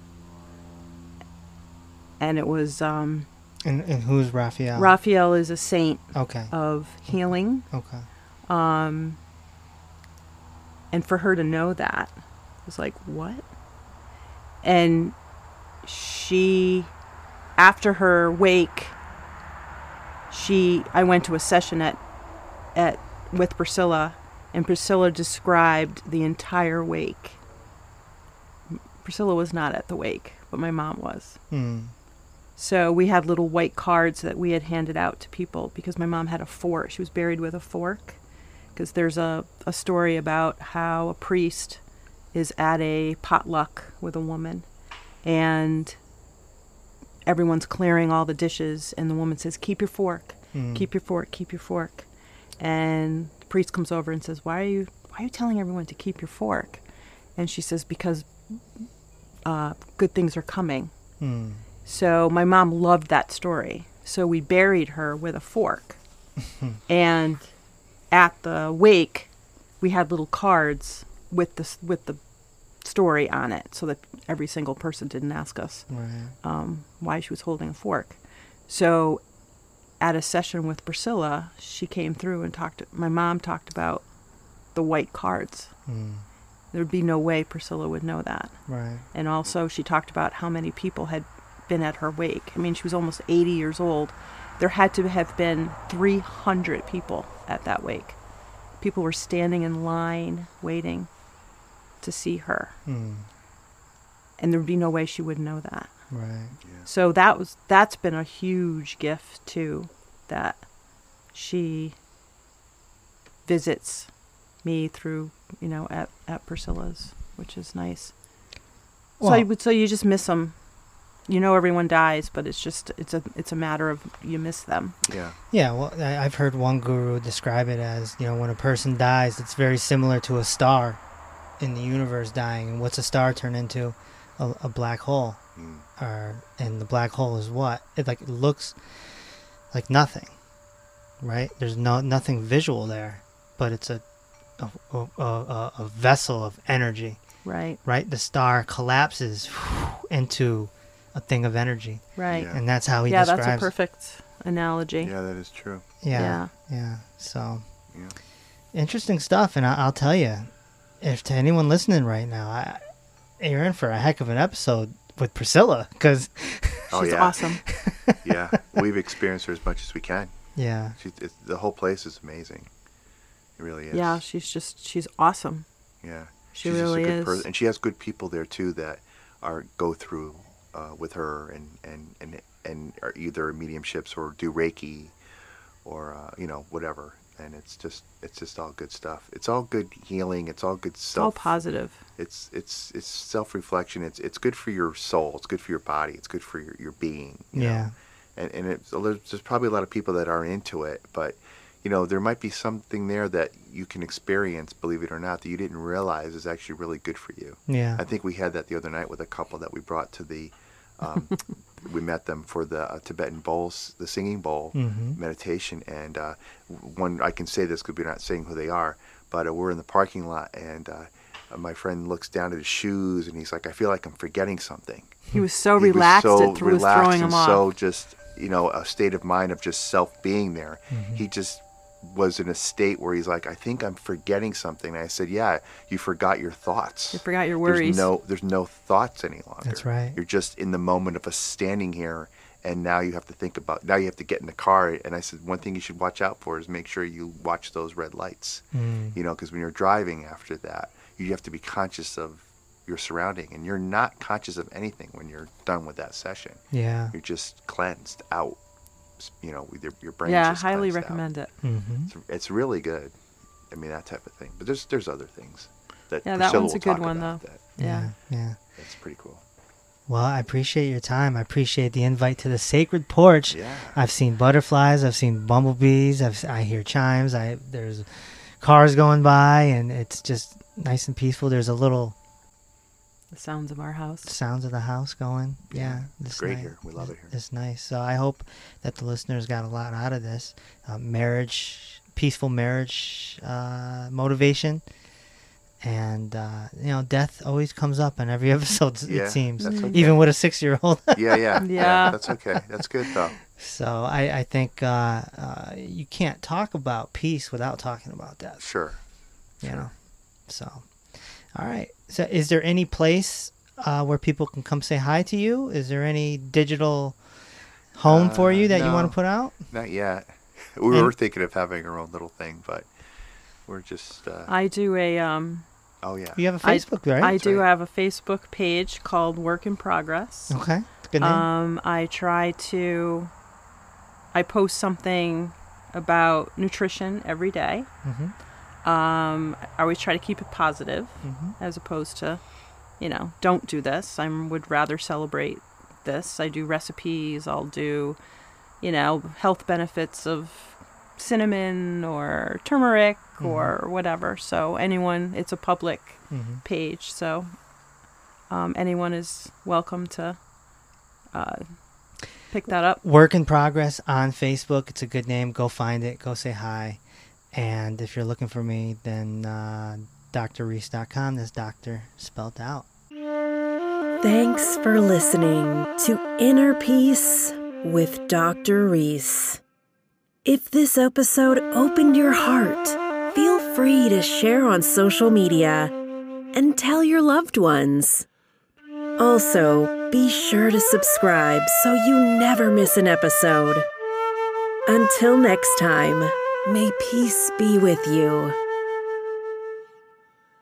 D: And it was, um,
B: And, and who's Raphael?
D: Raphael is a saint
B: Okay.
D: of healing.
B: okay.
D: And for her to know that was like, what? And she, after her wake, she, I went to a session at, at, with Priscilla, and Priscilla described the entire wake. Priscilla was not at the wake, but my mom was.
B: Mm.
D: So we had little white cards that we had handed out to people because my mom had a fork. She was buried with a fork. Because there's a, a story about how a priest is at a potluck with a woman and everyone's clearing all the dishes, and the woman says, Keep your fork, keep your fork, keep your fork. And the priest comes over and says, Why are you, why are you telling everyone to keep your fork? And she says, Because uh, good things are coming.
B: Hmm,
D: So my mom loved that story. So we buried her with a fork. and at the wake, we had little cards with the s- with the story on it, so that every single person didn't ask us
B: Right.
D: um, why she was holding a fork. So at a session with Priscilla, she came through and talked. My mom talked about the white cards. There'd be no way Priscilla would know that.
B: Right.
D: And also, she talked about how many people had been at her wake. I mean, she was almost 80 years old. There had to have been 300 people at that wake. People were standing in line waiting to see her.
B: Mm.
D: And there'd be no way she would know that.
B: Right.
D: So that was that's been a huge gift too that she visits me through, you know, at, at Priscilla's, which is nice. so
B: Well-
D: you, so you just miss them. You know everyone dies, but it's just it's a it's a matter of you miss them.
C: Yeah.
B: Yeah, well, I, I've heard one guru describe it as you know, when a person dies, it's very similar to a star in the universe dying. And what's a star turn into? A, a black hole. Or, and the black hole is what? It like it looks like nothing, right? There's no nothing visual there, but it's a a, a, a, a vessel of energy,
D: Right.
B: right? The star collapses into a thing of energy,
D: Right.
C: Yeah.
B: and that's how he
D: Yeah,
B: describes.
D: that's a
B: it.
D: perfect analogy.
C: Yeah, that is true.
B: Yeah. Yeah. So
C: Yeah.
B: interesting stuff, and I, I'll tell you, if to anyone listening right now, I, you're in for a heck of an episode with Priscilla, because
C: Oh,
D: She's
C: yeah.
D: awesome.
C: yeah, we've experienced her as much as we can.
B: yeah,
C: She, it's, the whole place is amazing. It really is.
D: Yeah, she's just she's awesome.
C: Yeah.
D: She
C: just
D: really
C: a good
D: is.
C: person, and she has good people there too that are go through uh, with her and and and and are either mediumships or do Reiki or uh, you know whatever. and it's just it's just all good stuff. It's all good healing. It's all good
D: It's all
C: self.
D: positive.
C: It's it's it's self reflection. It's it's good for your soul. It's good for your body. It's good for your, your being. you know?
B: Yeah.
C: and and it's, there's there's probably a lot of people that aren't into it, but you know there might be something there that you can experience, believe it or not, that you didn't realize is actually really good for you.
B: Yeah.
C: I think we had that the other night with a couple that we brought to the. Um, we met them for the uh, Tibetan bowls, the singing bowl meditation, and uh, one I can say this because we're not saying who they are, but uh, we're in the parking lot, and uh, my friend looks down at his shoes, and he's like, "I feel like I'm forgetting something."
B: Hmm.
D: He was so
C: He was
D: relaxed
C: so
D: it through was
C: relaxed
D: throwing
C: and
D: him off.
C: so just you know a state of mind of just self being there he just was in a state where he's like i think i'm forgetting something and i said yeah you forgot your thoughts
D: You forgot your worries.
C: there's no oh, there's no thoughts any longer
B: That's right.
C: you're just in the moment of us standing here and now you have to think about now you have to get in the car and i said one thing you should watch out for is make sure you watch those red lights
B: Hmm.
C: you know because when you're driving after that you have to be conscious of your surrounding and you're not conscious of anything when you're done with that session
B: Yeah.
C: you're just cleansed out s- you know with your, your brain
D: yeah, I highly recommend it.
B: Mm-hmm.
C: it's, it's really good i mean that type of thing but there's there's other things that
D: Yeah, that
C: Priscilla
D: one's a
C: will
D: good
C: talk
D: one,
C: about
D: though.
C: that
D: Yeah.
B: Yeah.
C: that's pretty cool
B: Well, I appreciate your time. I appreciate the invite to the sacred porch.
C: Yeah.
B: I've seen butterflies. I've seen bumblebees. I've, si hear chimes. I there's cars going by, and it's just nice and peaceful. There's a little
D: The sounds of our house.
B: sounds of the house going. Yeah,
C: it's
B: this
C: great
B: night-
C: here. We love it here.
B: It's nice. So I hope that the listeners got a lot out of this uh, marriage, peaceful marriage uh, motivation, and uh, you know, death always comes up in every episode.
C: Yeah,
B: it seems,
C: that's okay.
B: even with a six-year-old.
C: yeah yeah
D: Yeah.
C: that's okay that's good though
B: so I, I think uh, uh, you can't talk about peace without talking about death.
C: sure
B: you know. So, all right. So, is there any place uh, where people can come say hi to you? Is there any digital home for you that you want
C: Uh, no.
B: to put out?
C: not yet we
B: And-
C: were thinking of having our own little thing but we're just uh,
D: I do a um
C: oh yeah
B: You have a
D: I-
B: Facebook, right?
D: I do
C: right.
D: have a Facebook page called Work in Progress.
B: Oh, okay, It's a good name.
C: Uh,
D: Um, I try to. I post something about nutrition every day.
B: Mm-hmm.
D: Um, I always try to keep it positive, as opposed to, you know, don't do this. I would rather celebrate this. I do recipes. I'll do, you know, health benefits of cinnamon or turmeric or whatever. So anyone, it's a public page. So um, anyone is welcome to uh, pick that up.
B: Work in progress on Facebook. It's a good name. Go find it. Go say hi. And if you're looking for me, then uh, drreese.com. That's doctor spelled out.
A: Thanks for listening to Inner Peace with Dr. Reese. If this episode opened your heart, feel free to share on social media and tell your loved ones. Also, be sure to subscribe so you never miss an episode. Until next time, may peace be with you.